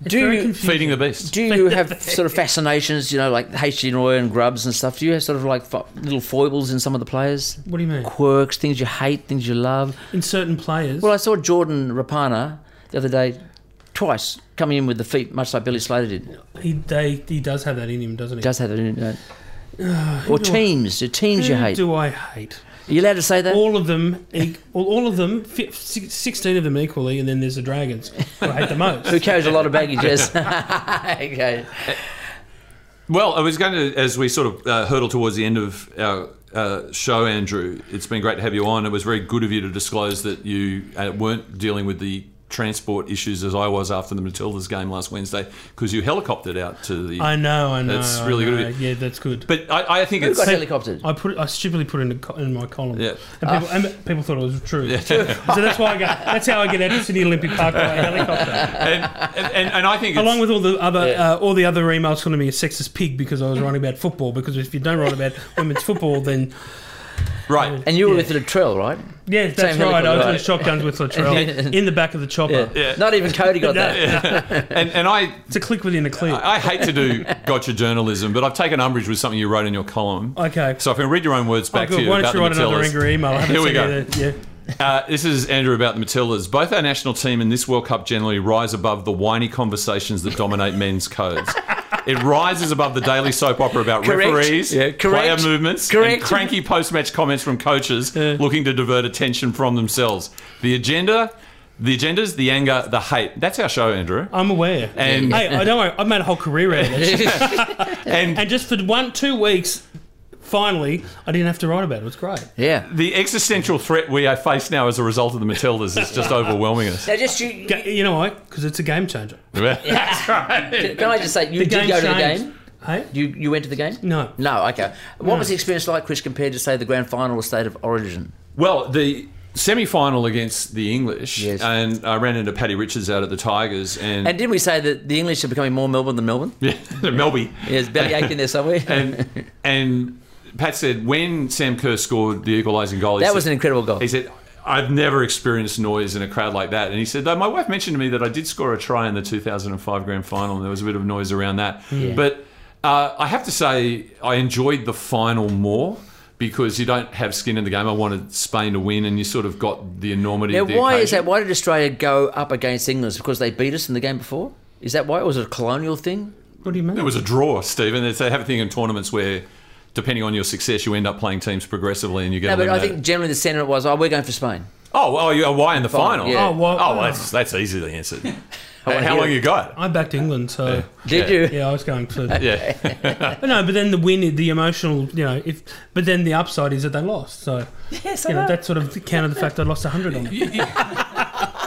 It's
Do
very
you-
confusing.
Feeding the beast.
Do you have sort of fascinations, you know, like H.G. Roy and Grubbs and stuff? Do you have sort of like fo- little foibles in some of the players?
What do you mean?
Quirks, things you hate, things you love?
in certain players?
Well, I saw Jordan Rapana the other day, twice, coming in with the feet, much like Billy Slater did.
he they he does have that in him, doesn't he?
Does have it in it.
Ah, who
Or
do I-
teams, the teams you
who
hate.
Do I hate?
Are you allowed to say that?
All of them, e- all, all of them, fi- si- sixteen of them equally, and then there's the dragons. who I hate the most.
Who carries a lot of baggage? Yes. okay.
Well, I was going to, as we sort of uh, hurdle towards the end of our uh, show, Andrew, it's been great to have you on. It was very good of you to disclose that you uh, weren't dealing with the transport issues as I was after the Matildas game last Wednesday because you helicoptered out to the.
I know, I know.
That's
I
really
know.
good of you.
Yeah, that's good.
But I, I think it's.
helicoptered?
I put, I stupidly put it in, the, co- in my column.
Yeah.
and people, and people thought it was true. so that's why I got. That's how I get out to Sydney Olympic Park by helicopter.
and, and, and I think it's.
Along with all the other, uh, all the other emails calling me a sexist pig because I was writing about football. Because if you don't write about women's football, then
right.
And you were with Latrell, right?
yeah, that's
Same
right. I was
helicopter, right.
doing shotguns with Latrell in the back of the chopper.
Yeah.
Not even Cody got that.
And, and I
It's a click within a click.
I I hate to do gotcha journalism, but I've taken umbrage with something you wrote in your column.
Okay.
So if I can read your own words
Oh,
back to
good.
you
Why
about
don't you
the
write another
Matildas.
angry email? I haven't
Here we
seen
go.
it yet. Yeah.
Uh, this is Andrew about the Matildas. Both our national team and this World Cup generally rise above the whiny conversations that dominate men's codes. It rises above the daily soap opera about
Correct.
referees,
Yeah,
player
correct.
movements,
Correct.
and cranky post-match comments from coaches looking to divert attention from themselves. The agenda, the agendas, the anger, the hate. That's our show, Andrew.
Um,
I'm aware.
And-
hey, I don't worry. I've made a whole career out of it.
and,
and just for one, two weeks, finally, I didn't have to write about it. It was great.
Yeah.
The existential threat we face now as a result of the Matildas is just overwhelming us.
Now, just you.
Ga- You know why? Because it's a game changer.
That's right. Can I just say, you
The
did
game
go to the
changed.
game?
Hey?
You you went to the game?
No.
No, okay. What was the experience like, Chris, compared to say the grand final or state of origin?
Well, the semi-final against the English,
Yes.
and I ran into Paddy Richards out at the Tigers, and,
And didn't we say that the English are becoming more Melbourne than Melbourne?
yeah, Melby.
Yeah, is Belly Ache in there somewhere?
and and Pat said when Sam Kerr scored the equalising goal, he
that
said-
was an incredible goal.
He said, "I've never experienced noise in a crowd like that." And he said, "Though my wife mentioned to me that I did score a try in the 2005 Grand Final, and there was a bit of noise around that." But uh, I have to say, I enjoyed the final more. Because you don't have skin in the game, I wanted Spain to win, and you sort of got the enormity.
Now,
of the
why is
occasion.
that? Why did Australia go up against England? Is it Because they beat us in the game before? Is that why? Or was it a colonial thing?
What do you mean?
It was a draw, Stephen. It's, they have a thing in tournaments where, depending on your success, you end up playing teams progressively, and you get.
No, but I
eliminated.
think generally the sentiment was, oh, we're going for Spain.
Oh, well, you, why in the final?
yeah.
Oh, well-
oh, well, that's that's easily answered.
wanna
How, how
hear
long
it.
you got?
I backed England, so
Did
Yeah.
you?
yeah, I was going for.
Yeah,
But no, but then the win, the emotional, you know, if but then the upside is that they lost. So
Yes, I
you know,
know.
that sort of countered the fact they lost hundred on them.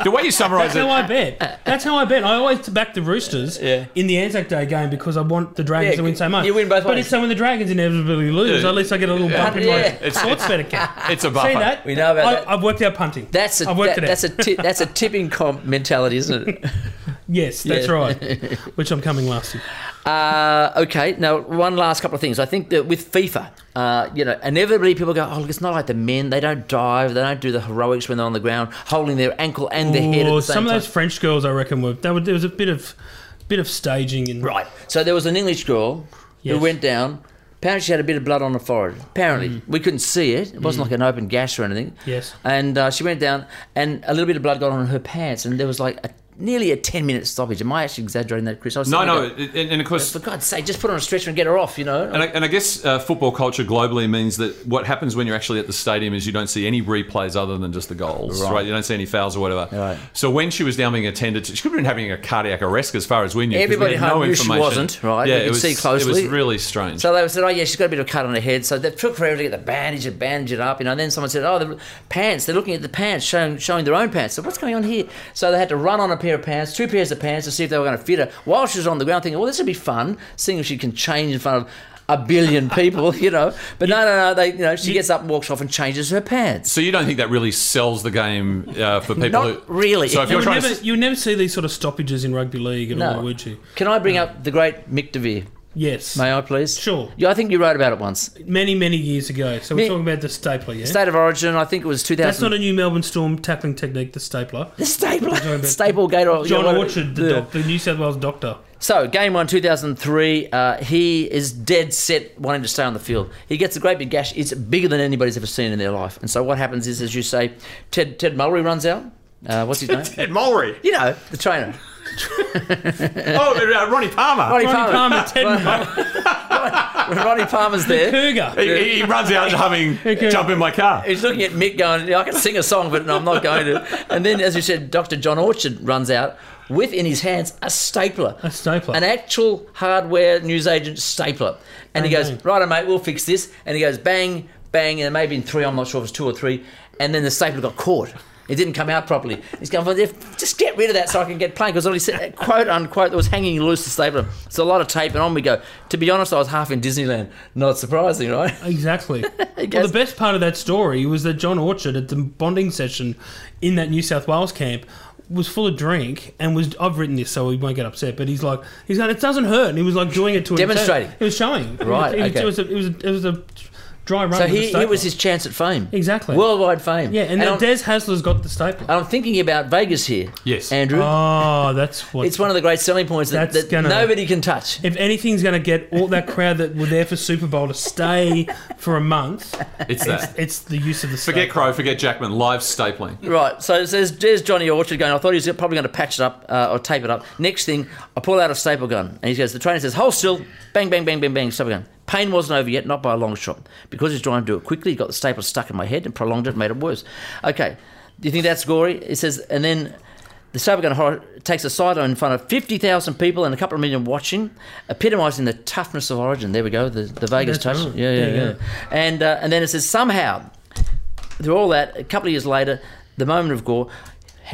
the way you summarise
That's how
it.
I bet. That's how I bet. I always back the Roosters
Yeah.
in the Anzac Day game because I want the Dragons
Yeah,
to win so much.
you win both
But
ways.
if so when the Dragons inevitably lose,
Yeah.
at least I get a little bump in
Yeah.
my
It's-
sports bet account.
It's a buffer.
See that?
We know about
I,
that.
I've worked out punting.
That's a
I've worked
that,
it out.
that's a ti- that's a tipping comp mentality, isn't it?
yes, that's
Yeah.
right. Which I'm coming last year.
Uh, okay, now one last couple of things. I think that with FIFA, uh, you know, inevitably people go, "Oh, look, it's not like the men. They don't dive. They don't do the heroics when they're on the ground, holding their ankle and their head at
Or
the same
Oh, some of
time."
those French girls, I reckon, were. There was, there was a bit of, bit of staging in.
Right. So there was an English girl who
Yes. Mm.
went down. Apparently, she had a bit of blood on her forehead. Apparently, we couldn't see it. It wasn't like an open gash or anything.
Yes.
And uh, she went down, and a little bit of blood got on her pants, and there was like a, nearly a ten-minute stoppage. Am I actually exaggerating that, Chris? I was
No,
sitting
no,
there going,
and, and of course,
For God's sake, just put her on a stretcher and get her off. You know.
and I, and I guess uh, football culture globally means that what happens when you're actually at the stadium is you don't see any replays other than just the goals, right? You don't see any fouls or whatever.
Right.
So when she was down being attended to, she could have been having a cardiac arrest as far as we knew. 'cause
Everybody
we had no
home knew she
information.
wasn't, right?
Yeah,
We could
it was,
see closely.
It was really strange.
So they said, "Oh yeah, she's got a bit of a cut on her head." So they took forever to get the bandage and bandage it up. You know, and then someone said, "Oh, the pants." They're looking at the pants, showing showing their own pants. So what's going on here? So they had to run on a pair of pants, two pairs of pants, to see if they were going to fit her while she was on the ground, thinking, "Well, this would be fun, seeing if she can change in front of." A billion people, you know, but no, no, no. They, you know, she gets up and walks off and changes her pants.
So you don't think that really sells the game uh, for people?
Not
who,
really.
So if
You
you're
You
trying
would never,
to,
you would never see these sort of stoppages in rugby league at all,
No.
would you?
Can I bring up the great Mick DeVere?
Yes.
May I please?
Mm. Sure.
Yeah, I think you wrote about it once.
Many, many years ago. So we're
Me-
talking about the stapler, yeah?
State of Origin. I think it was 2000.
That's not a new Melbourne Storm tackling technique, the stapler.
the staple,
about-
staple gate. or-
John
you know,
Orchard, the,
yeah.
doc, the New South Wales doctor.
So, game one, 2003, uh, he is dead set wanting to stay on the field. He gets a great big gash. It's bigger than anybody's ever seen in their life. And so, what happens is, as you say, Ted, Ted Mullery runs out. Uh, what's his name?
Ted Mulry.
You know, the trainer.
Oh, uh, Ronnie Palmer.
Ronnie,
Ronnie Palmer, Ted Mullery,
Ronnie Palmer's there.
Cougar.
He, he runs out humming, jump in my car.
He's looking at Mick going, "Yeah, I can sing a song, but no, I'm not going to. And then, as you said, Dr. John Orchard runs out with in his hands a stapler.
A stapler.
An actual hardware newsagent stapler. And he
Bang,
goes,
bang.
Righto, mate, we'll fix this. And he goes, Bang, bang, and maybe in three, I'm not sure if it's two or three. And then the stapler got caught. It didn't come out properly. He's going, well, if- just get rid of that so I can get playing. Because he said, uh, quote unquote, there was hanging loose the stapler. It's a lot of tape, and on we go. To be honest, I was half in Disneyland. Not surprising, right?
Exactly. well,
guess-
the best part of that story was that John Orchard at the bonding session in that New South Wales camp was full of drink and was I've written this so he won't get upset but he's like he's like it doesn't hurt and he was like doing it to himself.
Demonstrating.
he was showing
Right,
it was,
okay.
it was a, it was a, it was a dry run.
So
with the
he, he
stapler.
was his chance at fame.
Exactly.
Worldwide fame.
Yeah, and,
And
then
I'm- Uh,
Des Hasler's got the stapler.
And I'm thinking about Vegas here.
Yes.
Andrew.
Oh, that's what.
It's one of the great selling points that,
That's
that
gonna-
nobody can touch.
If anything's going to get all that crowd that were there for Super Bowl to stay for a month,
It's that.
It's, it's the use of the
Forget Crow, forget Jackman, live stapling.
Right, so there's, there's Johnny Orchard going. I thought he was probably going to patch it up uh, or tape it up. Next thing, I pull out a staple gun, and he goes. The trainer says, "Hold still!" Bang, bang, bang, bang, bang. Staple gun. Pain wasn't over yet, not by a long shot. Because he's trying to do it quickly, he got the staple stuck in my head and prolonged it, made it worse. Okay, do you think that's gory? It says, and then the staple gun horror takes a side on in front of fifty thousand people and a couple of million watching, epitomising the toughness of Origin. There we go, the, the Vegas
That's
touch.
right.
Yeah, yeah,
There you
yeah.
go.
And uh, and then it says somehow through all that, a couple of years later, the moment of gore,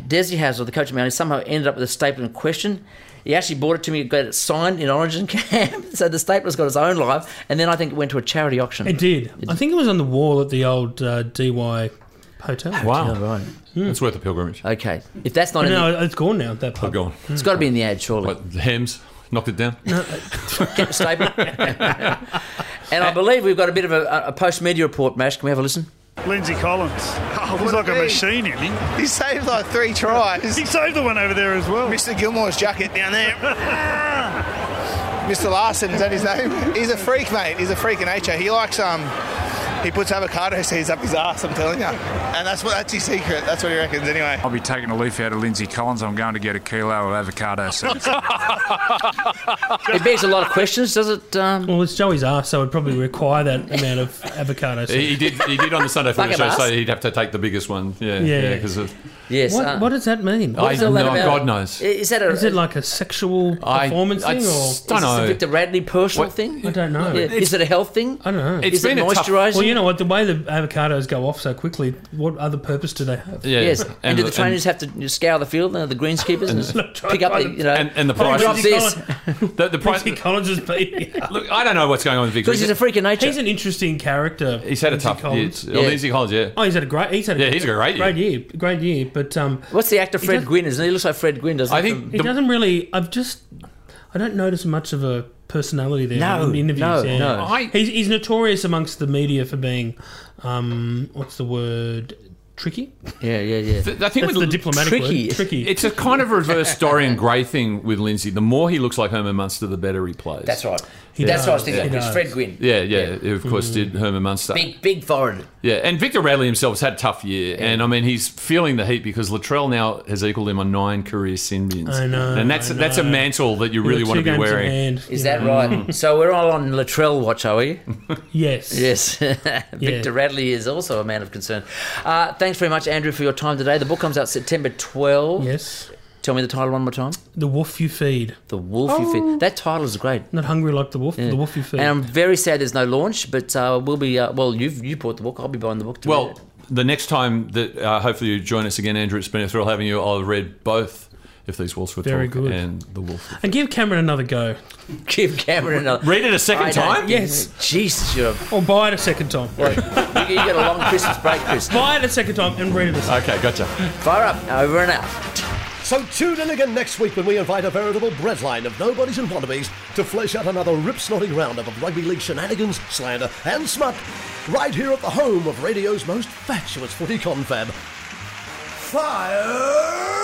Desi Hazard, the coach of Manly, somehow ended up with a staple in question. He actually bought it to me, got it signed in Origin Camp. so the stapler's got its own life. And then I think it went to a charity auction.
It did. I think it was on the wall at the old uh, DY hotel.
Wow. Yeah, Oh, right.
It's worth a pilgrimage.
Okay. If that's not in
no,
the,
it's gone now. That pub.
Oh, Gone.
it's got to be in the ad, surely.
What, the Hems knocked it down.
Get the staple. and I believe we've got a bit of a, a post media report, Mash. Can we have a listen?
Lindsay Collins. Oh,
what
He's
a
like a
beast.
machine, him.
He saved like three tries.
He saved the one over there as well.
Mr. Gilmore's jacket down there. Mr. Larson, is that his name? He's a freak, mate. He's a freak in nature. He likes um, he puts avocado seeds up his ass. I'm telling you, and that's what that's his secret. That's what he reckons, anyway.
I'll be taking a leaf out of Lindsay Collins. I'm going to get a kilo of avocado seeds.
It begs a lot of questions, does it? Um...
Well, it's Joey's ass, so it would probably require that amount of avocado.
He, he did. He did on the Sunday
Fucking
footy show
bastard.
say he'd have to take the biggest one. Yeah,
Yeah,
yeah,
yeah.
because of
what, what does that mean?
uh, I- What is all that no, about? God knows.
uh, Is that a-
Is it like a sexual
I-
performance
I
thing or
don't Is this a know.
Victor Radley personal
What-
thing?
I don't know.
Yeah. Is it a health thing?
I don't know.
Is it moisturising?
Well, you know what? The way the avocados go off so quickly, what other purpose do they have?
Yes. And, do the trainers have to scour the field and the greenskeepers and, pick up the you know
and, and the
"Oh, drop
prices?
this
The, the price.
Collins is beating.
Look, I don't know what's going on with Vic.
freak of nature.
He's an interesting character.
He's had a
Lindsay
tough year.
Collins.
It's- oh, Yeah. Lindsay Collins, yeah.
Oh, he's had a great. He's had a
Yeah, he's a great year.
Great year. Great year. But um,
What's the actor
He
Fred
does-
Gwynn? Isn't he? he looks like Fred Gwynn? Doesn't he?
he doesn't really. I've just. I don't notice much of a personality there
No,
in interviews.
no,
yeah.
no. I-
he's, he's notorious amongst the media for being, um, what's the word? Tricky.
Yeah, yeah, yeah.
Th- I think
That's
with
the
L-
diplomatic word. Tricky.
It's a kind of reverse Dorian Gray thing with Lindsay. The more he looks like Herman Munster, the better he plays.
That's right.
He
That's what I was
does.
thinking.
He
It was
does.
Fred Gwynn.
Yeah, yeah. Who of
Hmm.
course did Herman Munster.
Big, big foreign.
Yeah, and Victor Radley himself's had a tough year, and I mean he's feeling the heat because Latrell now has equalled him on nine career sin bins.
I know,
and that's
I know.
that's a mantle that you
We've
really
got
want
two
to be
games in
wearing.
hand.
Is
Yeah.
that right?
Mm.
So we're all on Latrell watch, are we?
Yes.
Yes. Victor Radley is also a man of concern. Uh, thanks very much, Andrew, for your time today. The book comes out September 12.
Yes.
Tell me the title one more time.
The wolf you feed.
The wolf you
Oh.
feed. That title is great.
Not hungry like the wolf. The wolf you feed.
Mm. And I'm very sad there's no launch, but uh, we'll be. Uh, well, you've you bought the book. I'll be buying the book. To read
Well,
it.
the next time that uh, hopefully you join us again, Andrew, it's been a thrill having you. I'll have read both if these wolves were
Very
talk
good.
and the wolf.
and give Cameron another go.
give Cameron another.
Read it a second
I don't-
time.
Yes.
Jesus, you're.
Or buy it a second time.
you, you get a long Christmas break, Chris.
Buy it a second time and read it a second.
Okay, gotcha.
Fire up, over and out.
So tune in again next week when we invite a veritable breadline of nobodies and wannabes to flesh out another rip-snorting roundup of rugby league shenanigans, slander and smut right here at the home of radio's most fatuous footy confab. Fire!